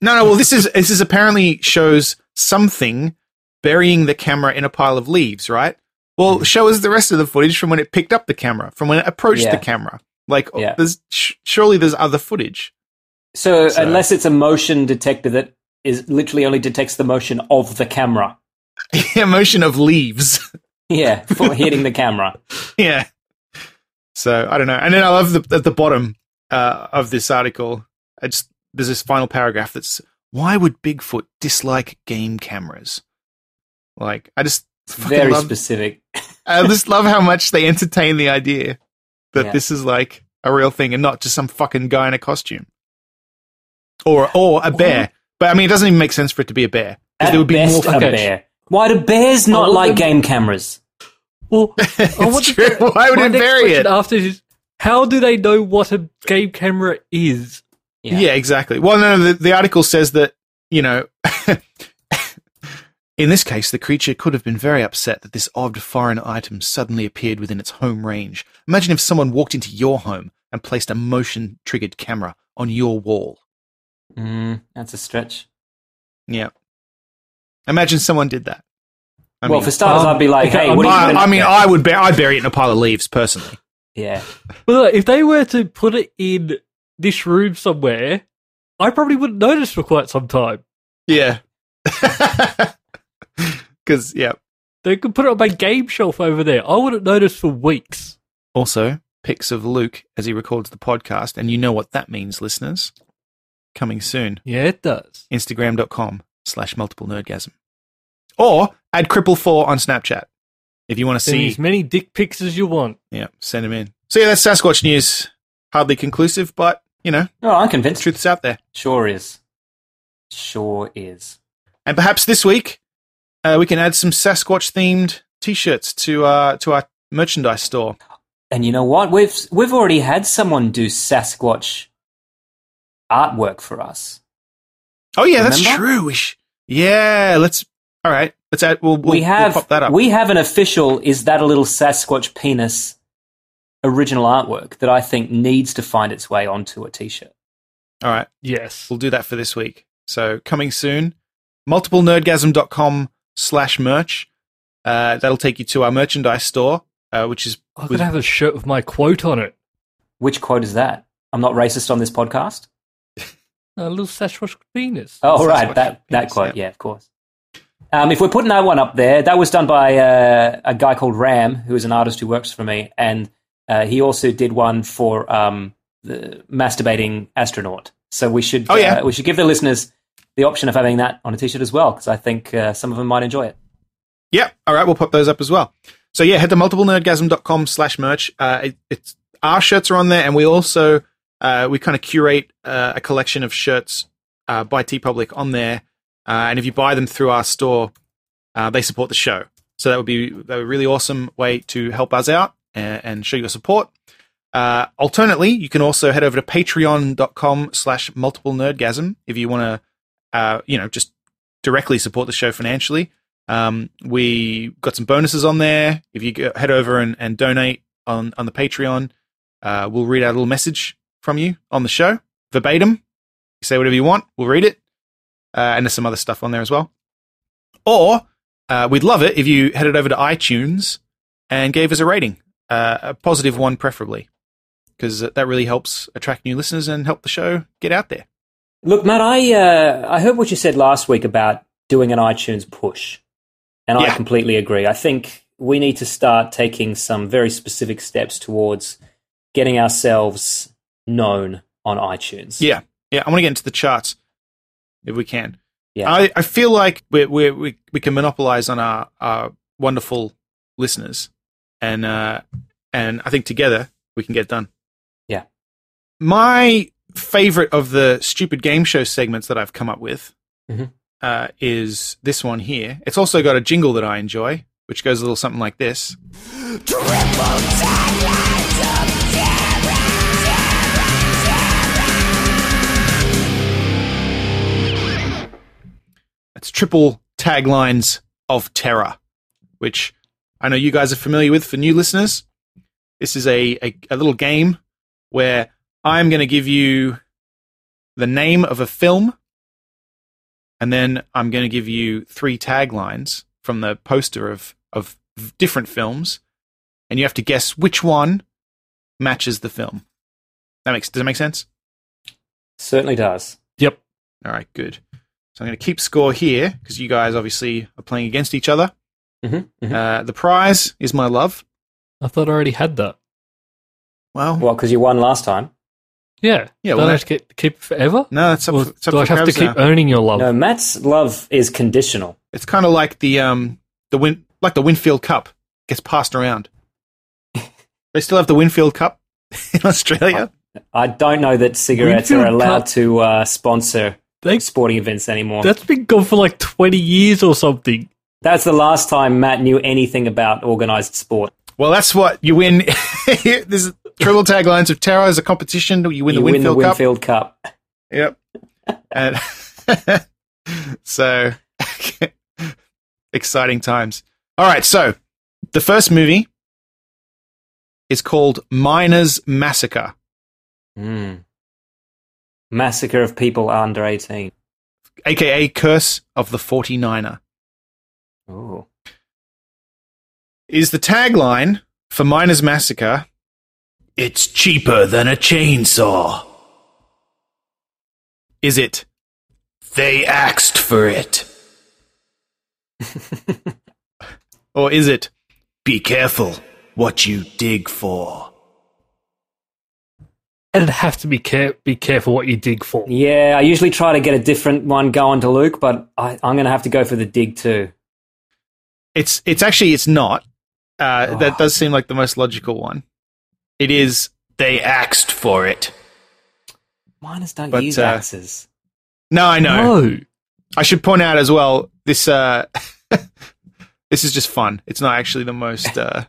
C: No, no. Well, this is this is apparently shows something burying the camera in a pile of leaves, right?
B: Mm-hmm.
C: Well, show us the rest of the footage from when it picked up the camera, from when it approached
B: Yeah.
C: the camera. Like, oh,
B: Yeah.
C: there's sh- surely there's other footage.
B: So,
C: So-
B: unless it's a motion detector that is literally only detects the motion of the camera.
C: yeah, motion of leaves.
B: Yeah, for hitting the camera.
C: Yeah. So I don't know. And then I love the at the bottom uh, of this article. I just there's this final paragraph that's why would Bigfoot dislike game cameras? Like I just fucking
B: Very
C: love-
B: specific.
C: I just love how much they entertain the idea that
B: Yeah.
C: this is like a real thing and not just some fucking guy in a costume or or a bear. But I mean, it doesn't even make sense for it to be a bear. 'Cause
B: At
C: there would be
B: best,
C: more
B: a
C: footage.
B: bear. Why do bears not
C: Oh,
B: like
C: then-
B: game cameras?
D: Well,
C: it's true. Why would
D: my
C: it
D: next
C: bury
D: question
C: it?
D: After is, how do they know what a game camera is?
C: Yeah. exactly. Well, no, the, the article says that, you know, in this case, the creature could have been very upset that this odd foreign item suddenly appeared within its home range. Imagine if someone walked into your home and placed a motion triggered camera on your wall.
B: Mm, that's a stretch.
C: Yeah. Imagine someone did that.
B: Well, for starters, I'd be like, "Hey,
C: I,
B: what are you
C: I,
B: doing up
C: mean,
B: there?"
C: I would bur- I'd bury it in a pile of leaves, personally.
B: Yeah.
D: But look, if they were to put it in this room somewhere, I probably wouldn't notice for quite some time.
C: Yeah. Because, yeah.
D: They could put it on my game shelf over there. I wouldn't notice for weeks.
C: Also, pics of Luke as he records the podcast, and you know what that means, listeners. Coming soon.
D: Yeah, it does.
C: Instagram.com slash multiple nerdgasm. Or add cripple4 on Snapchat if you want to
D: Send
C: see.
D: as many dick pics as you want.
C: Yeah, send them in. So, yeah, that's Sasquatch news. Hardly conclusive, but, you know.
B: No, I'm convinced.
C: Truth's out there.
B: Sure is. Sure is.
C: And perhaps this week, uh, we can add some Sasquatch themed t shirts to, uh, to our merchandise store.
B: And you know what? We've we've already had someone do Sasquatch artwork for us.
C: Oh, yeah, that's
B: Remember?
C: true. We sh- yeah, let's. All right. Let's add. We'll, we'll,
B: we have
C: we'll pop that up.
B: we have an official is that a little Sasquatch penis original artwork that I think needs to find its way onto a t-shirt.
C: All right.
D: Yes.
C: We'll do that for this week. So coming soon, multiplenerdgasm.com slash merch. Uh, that'll take you to our merchandise store, uh, which is
D: I'm going to have a shirt with my quote on it.
B: Which quote is that? I'm not racist on this podcast.
D: A little Sasquatch penis.
B: Oh, right, that that quote, yeah, of course. Um, if we're putting that one up there, that was done by uh, a guy called Ram, who is an artist who works for me, and uh, he also did one for um, the masturbating astronaut. So we should,
C: Oh, yeah.
B: uh, we should give the listeners the option of having that on a T-shirt as well, because I think uh, some of them might enjoy it.
C: Yeah. All right. We'll pop those up as well. So yeah, head to multiplenerdgasm.com slash merch. Uh, it, it's our shirts are on there, and we also uh, we kind of curate uh, a collection of shirts uh, by T Public on there. Uh, and if you buy them through our store, uh, they support the show. So that would be a really awesome way to help us out and, and show your support. Uh, alternately, you can also head over to patreon.com slash multiple nerdgasm if you want to, uh, you know, just directly support the show financially. Um, we got some bonuses on there. If you go, head over and, and donate on, on the Patreon, Uh, we'll read out a little message from you on the show, verbatim. You say whatever you want, we'll read it. Uh, and there's some other stuff on there as well. Or uh, we'd love it if you headed over to iTunes and gave us a rating, uh, a positive one preferably, because that really helps attract new listeners and help the show get out there.
B: Look, Matt, I uh, I heard what you said last week about doing an iTunes push, and I
C: Yeah.
B: completely agree. I think we need to start taking some very specific steps towards getting ourselves known on iTunes.
C: Yeah, yeah. I want to get into the charts if we can. Yeah, I, I feel like we we we we can monopolize on our our wonderful listeners, and uh, and I think together we can get it done.
B: Yeah.
C: My favorite of the stupid game show segments that I've come up with
B: Mhm.
C: uh, is this one here. It's also got a jingle that I enjoy, which goes a little something like this. That's triple taglines of terror, which I know you guys are familiar with for new listeners. This is a, a, a little game where I'm going to give you the name of a film, and then I'm going to give you three taglines from the poster of, of different films, and you have to guess which one matches the film. That makes does that make sense?
B: Certainly does.
C: Yep. All right, good. So I'm going to keep score here because you guys obviously are playing against each other. Uh, the prize is my love.
F: I thought I already had that.
C: Well,
B: well, because you won last time.
F: Yeah.
B: Yeah,
F: Don't
B: well,
F: I have to get, keep it forever?
C: No, it's up,
F: Or
C: it's up
F: do
C: for
F: I have to
C: grabs
F: keep
D: uh,
C: now.
F: earning your love?
B: No, Matt's love is conditional.
C: It's kind of like the um the win like the Winfield Cup gets passed around. they still have the Winfield Cup in Australia.
B: I don't know that cigarettes
F: Winfield
B: are allowed
F: Cup-
B: to uh, sponsor sporting events anymore.
F: That's been gone for like 20 years or something.
B: That's the last time Matt knew anything about organized sport.
C: Well, that's what you win. There's triple taglines of terror as a competition. You win the
B: You win the
C: Winfield Cup.
B: Winfield Cup.
C: Yep. And so exciting times. All right, so the first movie is called Miners Massacre.
B: Mm. Massacre of people under 18.
C: aka Curse of the 49er.
B: Oh.
C: Is the tagline for Miners Massacre It's cheaper than a chainsaw. Is it They axed for it? or is it Be careful what you dig for?
F: And it'd have to be care- be careful what you dig for.
B: Yeah, I usually try to get a different one going to Luke, but I, I'm going to have to go for the dig too.
C: It's it's actually it's not. Uh, That does seem like the most logical one. It is they axed for it.
B: Miners don't
C: But,
B: use
C: uh,
B: axes.
C: No, I know.
F: No.
C: I should point out as well. This uh, this is just fun. It's not actually the most uh,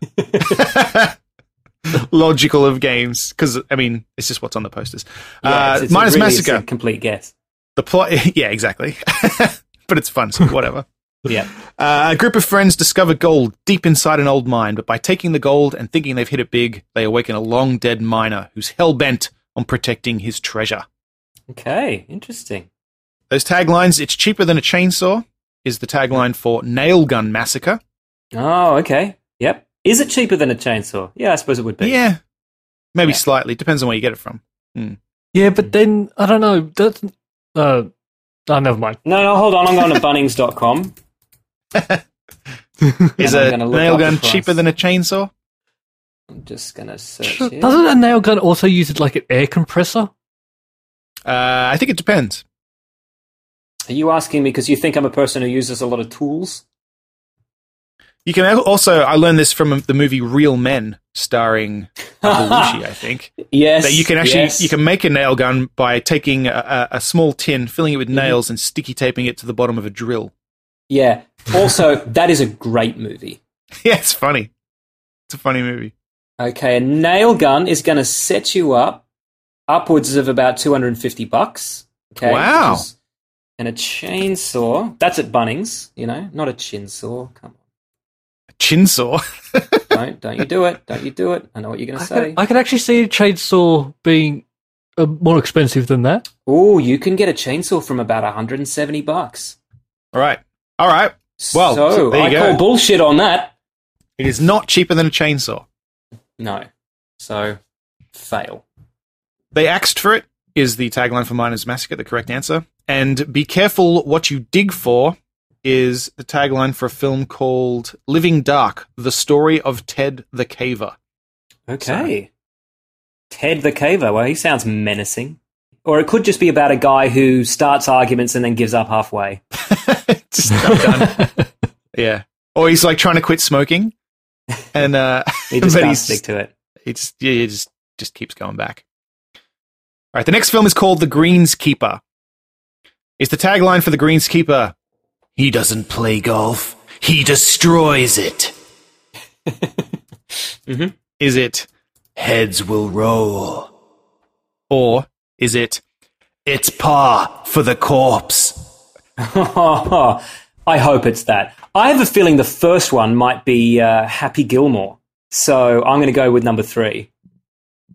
C: logical of games because I mean it's just what's on the posters.
B: Yeah,
C: uh,
B: it's- it's a
C: Minus
B: really- it's a
C: Massacre.
B: complete guess.
C: The plot. Yeah, exactly. but it's fun. So whatever.
B: Yeah.
C: Uh, a group of friends discover gold deep inside an old mine, but by taking the gold and thinking they've hit it big, they awaken a long dead miner who's hell bent on protecting his treasure.
B: Okay, interesting.
C: Those taglines, it's cheaper than a chainsaw, is the tagline for Nail Gun Massacre.
B: Oh, okay. Yep. Is it cheaper than a chainsaw? Yeah, I suppose it would be.
C: Yeah. Maybe slightly, depends on where you get it from.
F: Yeah, but then, I don't know. That's, uh, oh, never mind.
B: No, no, hold on. I'm going to Bunnings.com.
C: Is
B: I'm
C: a
B: gonna look
C: nail
B: up the
C: gun
B: price.
C: cheaper than a chainsaw?
B: I'm just going to search
F: Sure.
B: here.
F: Doesn't a nail gun also use it like an air compressor?
C: Uh, I think it depends.
B: Are you asking me because you think I'm a person who uses a lot of tools?
C: You can al- also, I learned this from the movie Real Men, starring Belushi, I think.
B: Yes.
C: that you can actually
B: yes.
C: you can make a nail gun by taking a, a, a small tin, filling it
B: Mm-hmm.
C: with nails, and sticky taping it to the bottom of a drill.
B: Yeah. Also, that is a great movie.
C: Yeah, it's funny. It's a funny movie.
B: Okay, a nail gun is going to set you up upwards of about 250 bucks. Okay.
C: Wow.
B: which is- And a chainsaw, that's at Bunnings, you know, not a chin saw. Come
C: Chin saw.
B: on. don't, don't you do it. Don't you do it. I know what you're going to say.
D: I can actually see a chainsaw being uh, more expensive than that.
B: Oh, you can get a chainsaw from about 170 bucks.
C: All right. All right. Well,
B: So,
C: there you
B: I
C: go.
B: call bullshit on that.
C: It is not cheaper than a chainsaw.
B: No. So, fail.
C: They axed for it is the tagline for Miners Massacre, the correct answer. And be careful what you dig for is the tagline for a film called Living Dark: The Story of Ted the Caver.
B: Okay. Ted the Caver. Well, he sounds menacing. Or it could just be about a guy who starts arguments and then gives up halfway.
C: Yeah. Or he's like trying to quit smoking, and uh,
B: He just
C: but
B: can't
C: he's-
B: stick to it.
C: He just yeah, he just just keeps going back. All right, the next film is called The Greenskeeper. It's the tagline for The Greenskeeper. He doesn't play golf. He destroys it.
B: Mhm.
C: Is it heads will roll, or is it it's par for the corpse?
B: I hope it's that. I have a feeling the first one might be uh, Happy Gilmore. So I'm going to go with number three.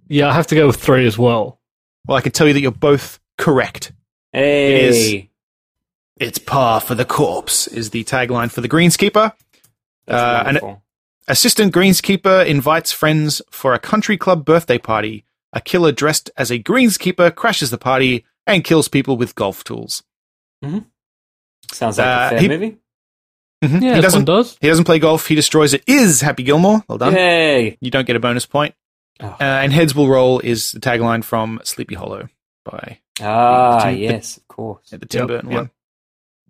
D: Yeah, I have to go with three as well.
C: Well, I can tell you that you're both correct.
B: Hey.
C: is. It's par for the corpse is the tagline for the greenskeeper. Uh, an
B: wonderful.
C: assistant greenskeeper invites friends for a country club birthday party. A killer dressed as a greenskeeper crashes the party and kills people with golf tools.
B: Sounds like
C: Uh,
B: a fair
C: he-
B: movie.
C: Mhm.
D: Yeah,
C: he
D: this
C: doesn't.
D: one does.
C: He doesn't play golf. He destroys it. Is Happy Gilmore? Well done.
B: Yay.
C: You don't get a bonus point.
D: Oh.
C: Uh, and heads will roll is the tagline from Sleepy Hollow by
B: Ah,
C: Tim-
B: yes, of course.
C: the Tim
D: Yep,
C: Burton
D: yep.
C: one.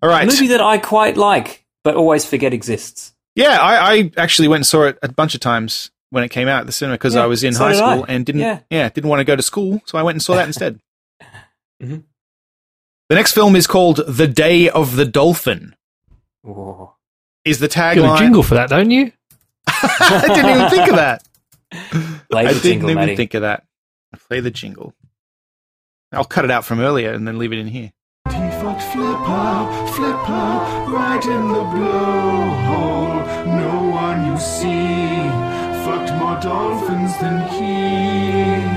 C: All right.
B: A movie that I quite like, but always forget exists.
C: Yeah, I, I actually went and saw it a bunch of times when it came out at the cinema because
B: Yeah,
C: I was in
B: so
C: high
B: did I.
C: school and didn't
B: Yeah.
C: yeah. didn't want to go to school, so I went and saw that instead.
B: Mhm.
C: The next film is called The Day of the Dolphin.
B: Whoa.
C: Is the
D: You got a
C: tagline?
D: jingle for that, don't you?
C: I didn't even think of that.
B: Play
C: I
B: the
C: didn't
B: jingle,
C: even
B: matey.
C: think of that. Play the jingle. I'll cut it out from earlier and then leave it in here.
E: He fucked Flipper, Flipper, right in the blowhole. No one you see fucked more dolphins than he.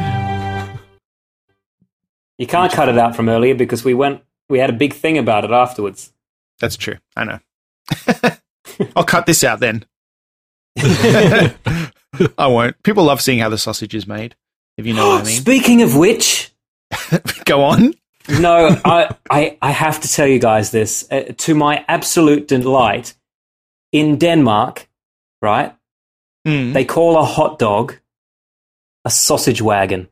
B: You can't cut it out from earlier because we went. We had a big thing about it afterwards.
C: That's true. I know. I'll cut this out then. I won't. People love seeing how the sausage is made, if you know what I mean.
B: Oh, Speaking of which,
C: Go on.
B: no, I, I, I have to tell you guys this. Uh, to my absolute delight, in Denmark, right, they call a hot dog a sausage wagon.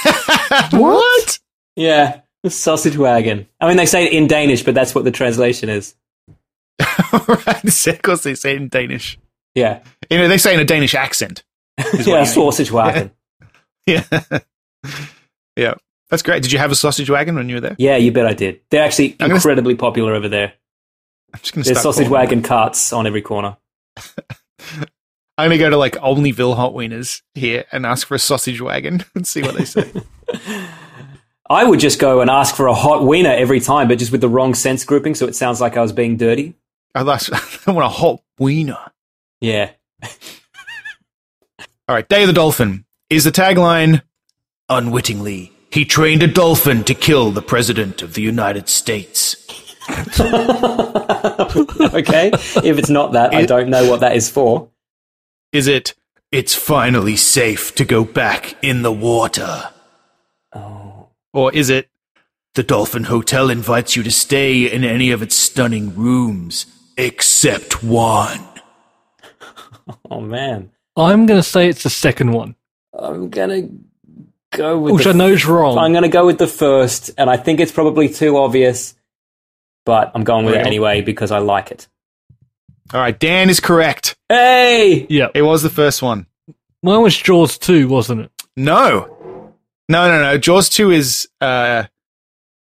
C: what?
B: Yeah, a sausage wagon. I mean, they say it in Danish, but that's what the translation is.
C: right. Of course, they say it in Danish.
B: Yeah,
C: You know, they say in a Danish accent. is what
B: yeah,
C: you mean.
B: sausage wagon.
C: Yeah. yeah. That's great. Did you have a sausage wagon when you were there?
B: Yeah, you bet I did. They're actually
C: I'm gonna-
B: incredibly popular over there.
C: I'm just going to
B: There's
C: start
B: sausage
C: calling them
B: wagon carts on every corner.
C: that. I'm going to go to like Olneyville Hot Wieners here and ask for a sausage wagon and see what they say.
B: I would just go and ask for a hot wiener every time, but just with the wrong sense grouping, so it sounds like I was being dirty.
C: I, lost, Oh, I want a hot wiener.
B: Yeah.
C: All right, Day of the Dolphin is the tagline. Unwittingly, he trained a dolphin to kill the President of the United States.
B: okay. if it's not that, I don't know what that is for.
C: Is it, it's finally safe to go back in the water?
B: Oh.
C: Or is it, the Dolphin Hotel invites you to stay in any of its stunning rooms except one?
B: Oh man.
D: I'm going to say it's the second one,
B: I'm gonna go with
D: which
B: the
D: I know is wrong.
B: I'm gonna go with the first, and I think it's probably too obvious, but I'm going with it
C: Real?
B: anyway because I like it.
C: All right, Dan is correct.
B: Hey!
D: yeah,
C: It was the first one.
D: mine was Jaws two, wasn't it?
C: No. No, no, no. Jaws 2 is uh,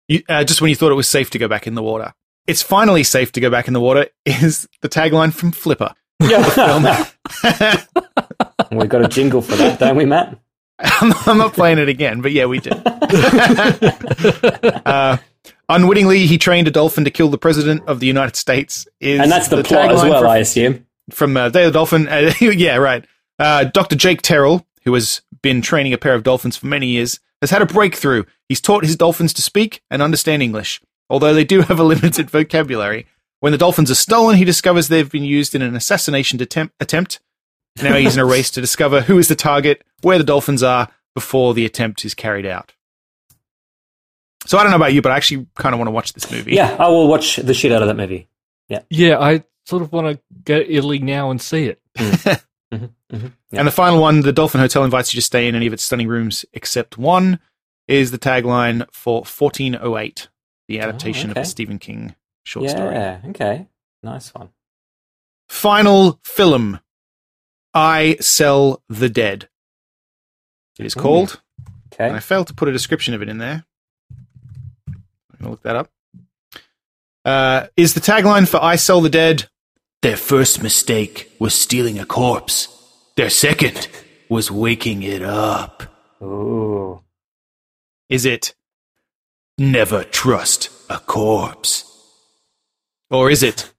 C: you, uh, just when you thought it was safe to go back in the water. It's finally safe to go back in the water is the tagline from Flipper.
B: Yeah. We've got a jingle for that, don't we, Matt?
C: I'm, I'm not playing it again, but yeah, we did. uh, unwittingly, he trained a dolphin to kill the president of the United States. Is
B: And that's the, plot as
C: tagline
B: well,
C: from,
B: I assume.
C: from uh, Day of the Dolphin. Uh, yeah, right. Uh, Dr. Jake Terrell, who has been training a pair of dolphins for many years, has had a breakthrough. He's taught his dolphins to speak and understand English, although they do have a limited vocabulary. When the dolphins are stolen, he discovers they've been used in an assassination detem- attempt. Now he's in a race to discover who is the target, where the dolphins are, before the attempt is carried out. So I don't know about you, but I actually kind of want to watch this movie.
B: Yeah, I will watch the shit out of that movie. Yeah.
D: Yeah, I sort of want to go to Italy now and see it.
C: And the final one, the Dolphin Hotel invites you to stay in any of its stunning rooms except one, is the tagline for 1408, the adaptation
B: Oh, okay.
C: of the Stephen King short
B: yeah,
C: story.
B: okay. Nice one.
C: Final film I Sell the Dead. It is called.
B: Okay.
C: And I failed to put a description of it in there. I'm going to look that up. Uh, is the tagline for I Sell the Dead
G: Their first mistake was stealing a corpse. Their second was waking it up.
B: Ooh.
C: Is it
G: never trust a corpse?
C: Or is it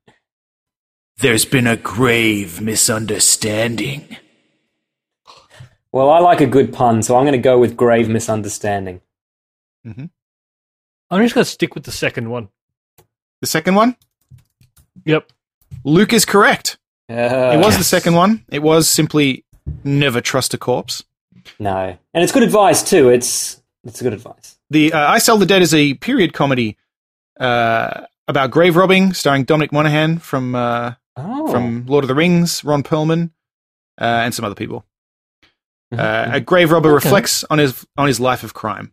G: there's been a grave misunderstanding?
B: Well, I like a good pun, so I'm going to go with grave misunderstanding.
D: I'm just going to stick with the second one.
C: the second one?
D: Yep.
C: Luke is correct.
B: Yeah.
G: Uh,
C: it was the second one. It was simply never trust a corpse.
B: No. And it's good advice, too. It's, it's good advice.
C: The uh, I Sell the Dead is a period comedy uh, about grave robbing, starring Dominic Monaghan from uh,
B: Oh.
C: from Lord of the Rings, Ron Perlman, uh, and some other people.
B: Mm-hmm.
C: Uh, a grave robber
D: Okay.
C: reflects on his on his life of crime.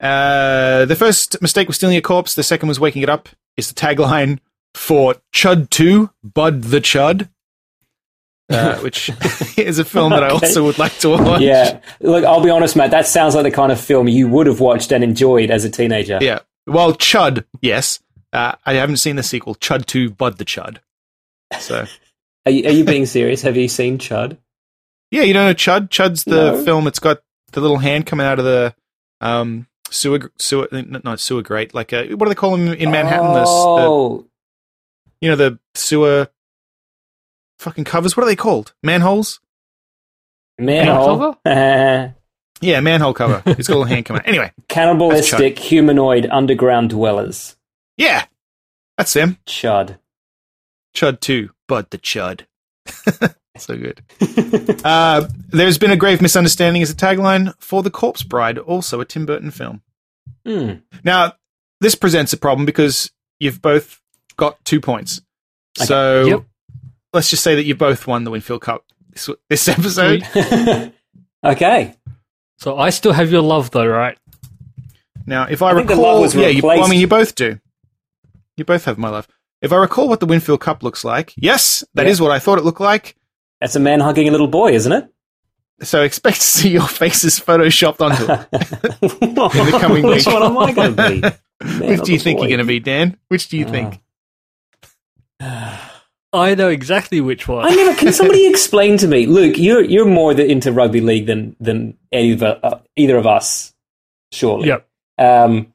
C: Uh, the first mistake was stealing a corpse. The second was waking it up. Is the tagline for Chud Two Bud the Chud, uh, which is a film that I
B: Okay.
C: also would like to watch.
B: Yeah. Look, I'll be honest, Matt, that sounds like the kind of film you would have watched and enjoyed as a teenager.
C: Yeah. Well, Chud, yes. Uh, I haven't seen the sequel, Chud 2 Bud the Chud. So,
B: Are you, are you being serious? Have you seen Chud?
C: yeah, you don't know Chud? Chud's the
B: No.
C: film. It's got the little hand coming out of the um, sewer, gr- sewer, n- not sewer grate. Like, uh what do they call them in Manhattan? The s- The,
B: Oh.
C: you know, the sewer fucking covers. What are they called? Manholes?
B: Manhole.
C: Yeah, manhole cover. It's got a little hand coming out. Anyway,
B: Cannibalistic humanoid underground dwellers.
C: yeah, that's them.
B: Chud.
C: Chud 2, Bud the Chud. so good. uh, there's been a grave misunderstanding as a tagline for The Corpse Bride, also a Tim Burton film.
B: Hmm.
C: Now, this presents a problem because you've both got two points.
B: Okay.
C: So
D: Yep.
C: let's just say that you both won the Winfield Cup this, this episode.
B: Okay.
D: So I still have your love, though, right?
C: Now, if I,
B: I think the
C: recall,
B: love was
C: yeah, you, well, I
B: replaced-
C: mean, you both do. You both have my love. If I recall what the Winfield Cup looks like, yes, that is
B: Yeah.
C: what I thought it looked like.
B: That's a man hugging a little boy, isn't it?
C: So expect to see your faces photoshopped onto it. in the coming
B: Which
C: week.
B: one am I going to be? Man
C: Which
B: of
C: do you
B: the
C: think
B: boy. Uh.
C: you're going to be, Dan? Which do you think?
D: I know exactly which one.
B: I never. Can somebody explain to me, Luke? You're you're more the, into rugby league than than any of, uh, either of us, surely.
D: Yep.
B: Um,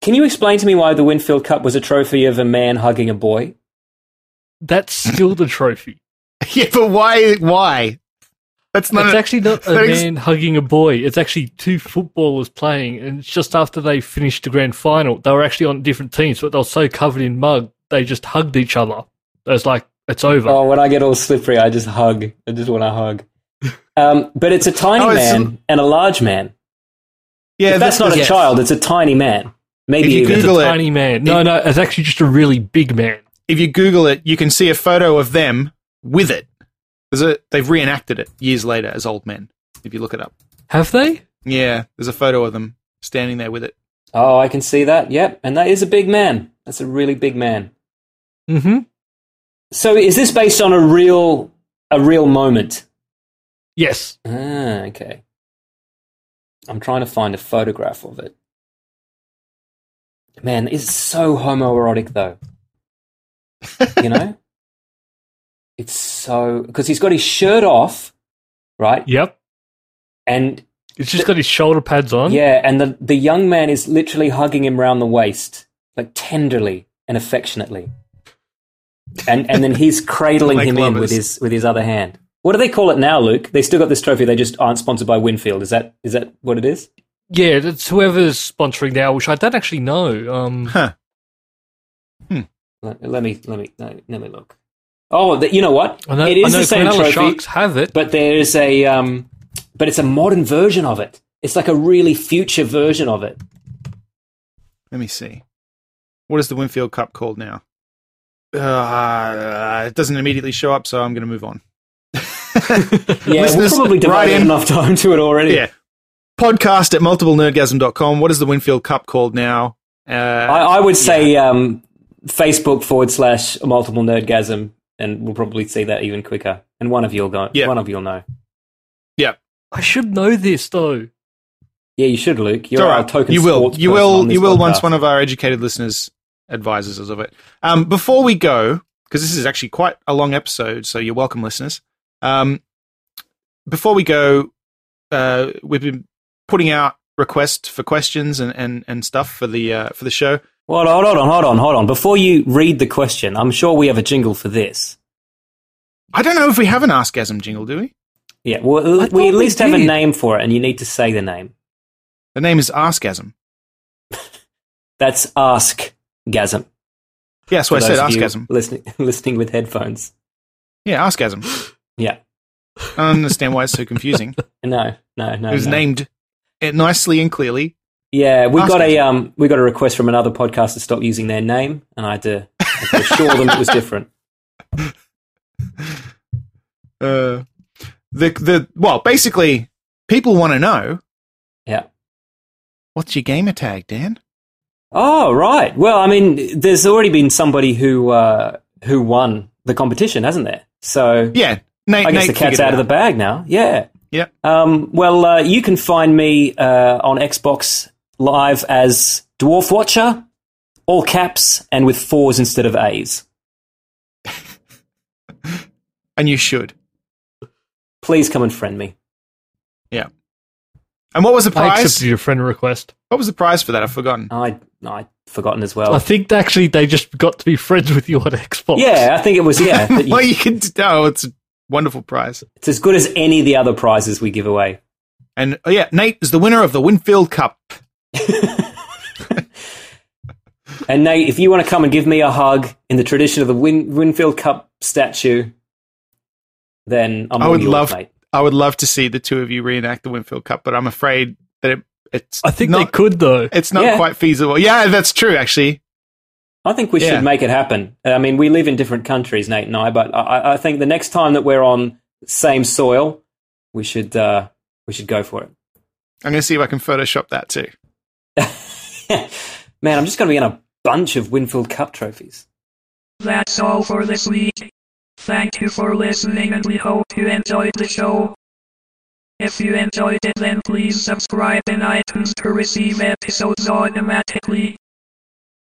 B: can you explain to me why the Winfield Cup was a trophy of a man hugging a boy?
D: That's still the trophy.
C: Yeah, but why? Why? That's not.
D: it's
C: a-
D: actually not a
C: that ex-
D: man hugging a boy. It's actually two footballers playing, and it's just after they finished the grand final, they were actually on different teams, but they were so covered in mud, they just hugged each other. It was like it's over.
B: Oh, when I get all slippery, I just hug. I just want to hug. Um, but it's a tiny
C: Oh, it's-
B: man and a large man.
C: yeah,
B: if that's
C: that-
B: not a
C: yes.
B: child. It's a tiny man. Maybe
C: If you
B: even.
D: it's a
C: Google it.
D: tiny man. No, no, it's actually just a really big man.
C: If you Google it, you can see a photo of them with it. There's a, they've reenacted it years later as old men. If you look it up,
D: Have they?
C: yeah, there's a photo of them standing there with it.
B: Oh, I can see that. Yep, and that is a big man. That's a really big man.
D: Mm-hmm.
B: So is this based on a real a real moment?
D: Yes.
B: Ah, okay. I'm trying to find a photograph of it. Man, it's so homoerotic though. you know? It's so because he's got his shirt off, right?
D: Yep.
B: And
D: It's just got his shoulder pads on.
B: yeah, and the, the young man is literally hugging him round the waist, like tenderly and affectionately. And and then he's cradling
C: Like
B: him in
C: lovers.
B: with his with his other hand. What do they call it now, Luke? They still got this trophy. They just aren't sponsored by Winfield. Is that is that what it is?
D: Yeah, that's whoever's sponsoring now, which I don't actually know. Um,
B: Let, let me let me let me- let me look. Oh, the, you know what?
D: I know-
B: it
D: I
B: is
D: know
B: the same
D: Cronulla
B: trophy.
D: Sharks have it,
B: but there's a um, but it's a modern version of it. It's like a really future version of it.
C: Let me see. What is the Winfield Cup called now? Uh, it doesn't immediately show up, so I'm going to move on.
B: Yeah, we've
C: Listeners,
B: probably
C: write
B: divided
C: in.
B: enough time to it already.
C: Yeah. Podcast at multiplenerdgasm.com. What is the Winfield Cup called now? Uh,
B: I, I would say um, Facebook forward slash multiple nerdgasm, and we'll probably see that even quicker. And one of you'll go. One of you'll know.
C: Yeah.
D: I should know this though.
B: Yeah, you should, Luke. You're
C: It's all
B: our
C: right.
B: token.
C: you will.
B: sports
C: You
B: person
C: will.
B: on this
C: You will
B: podcast.
C: once one of our educated listeners advises us of it. Um, before we go, because this is actually quite a long episode, so you're welcome, listeners. Um, before we go, uh, we've been putting out requests for questions and, and, and stuff for the uh, for the show.
B: Well, hold on, hold on, hold on. Before you read the question, I'm sure we have a jingle for this.
C: I don't know if we have an Askasm jingle, do we?
B: Yeah, well,
C: I
B: we
C: thought
B: at
C: we
B: least have a
C: did.
B: name for it, and you need to say the name.
C: The name is Askasm.
B: That's Ask Gasm.
C: Yeah, that's what I said. Askasm.
B: Listening, listening with headphones.
C: Yeah, Askasm.
B: Yeah.
C: I don't understand why it's so confusing.
B: No, no, no.
C: it was
B: no.
C: named it nicely and clearly.
B: Yeah, we
C: Ask
B: got a
C: Gasm.
B: um, we got a request from another podcast to stop using their name, and I had to, I had to assure them it was different.
C: Uh, the the well, basically, people want to know.
B: Yeah.
C: What's your gamer tag, Dan?
B: Oh, right. Well, I mean, there's already been somebody who uh, who won the competition, hasn't there? So
C: yeah, Nate,
B: I guess
C: Nate
B: the cat's
C: figured it
B: out of the
C: out.
B: bag now. Yeah.
C: Yep.
B: Um, well, uh, you can find me uh, on Xbox Live as Dwarf Watcher, all caps and with fours instead of A's.
C: And you should.
B: Please come and friend me.
C: Yeah. And what was the
D: I
C: prize?
D: accepted your friend request.
C: What was the prize for that? I've forgotten.
B: I I forgotten as well.
D: I think actually they just got to be friends with you on Xbox.
B: yeah, I think it was yeah. that you-
C: well, you can. Oh, it's a wonderful prize.
B: it's as good as any of the other prizes we give away.
C: And oh yeah, Nate is the winner of the Winfield Cup.
B: And Nate, if you want to come and give me a hug in the tradition of the Win- Winfield Cup statue, then I'm
C: I
B: all
C: would
B: yours,
C: love.
B: mate.
C: I would love to see the two of you reenact the Winfield Cup, but I'm afraid that it, it's.
D: I think
C: not,
D: they could though.
C: It's not
B: Yeah.
C: quite feasible. Yeah, that's true. Actually,
B: I think we
C: Yeah.
B: should make it happen. I mean, we live in different countries, Nate and I, but I- I, I think the next time that we're on same soil, we should uh, we should go for it.
C: I'm going to see if I can Photoshop that too.
B: Man, I'm just going to be in a bunch of Winfield Cup trophies.
S: That's all for this week. Thank you for listening and we hope you enjoyed the show. If you enjoyed it then please subscribe in iTunes to receive episodes automatically.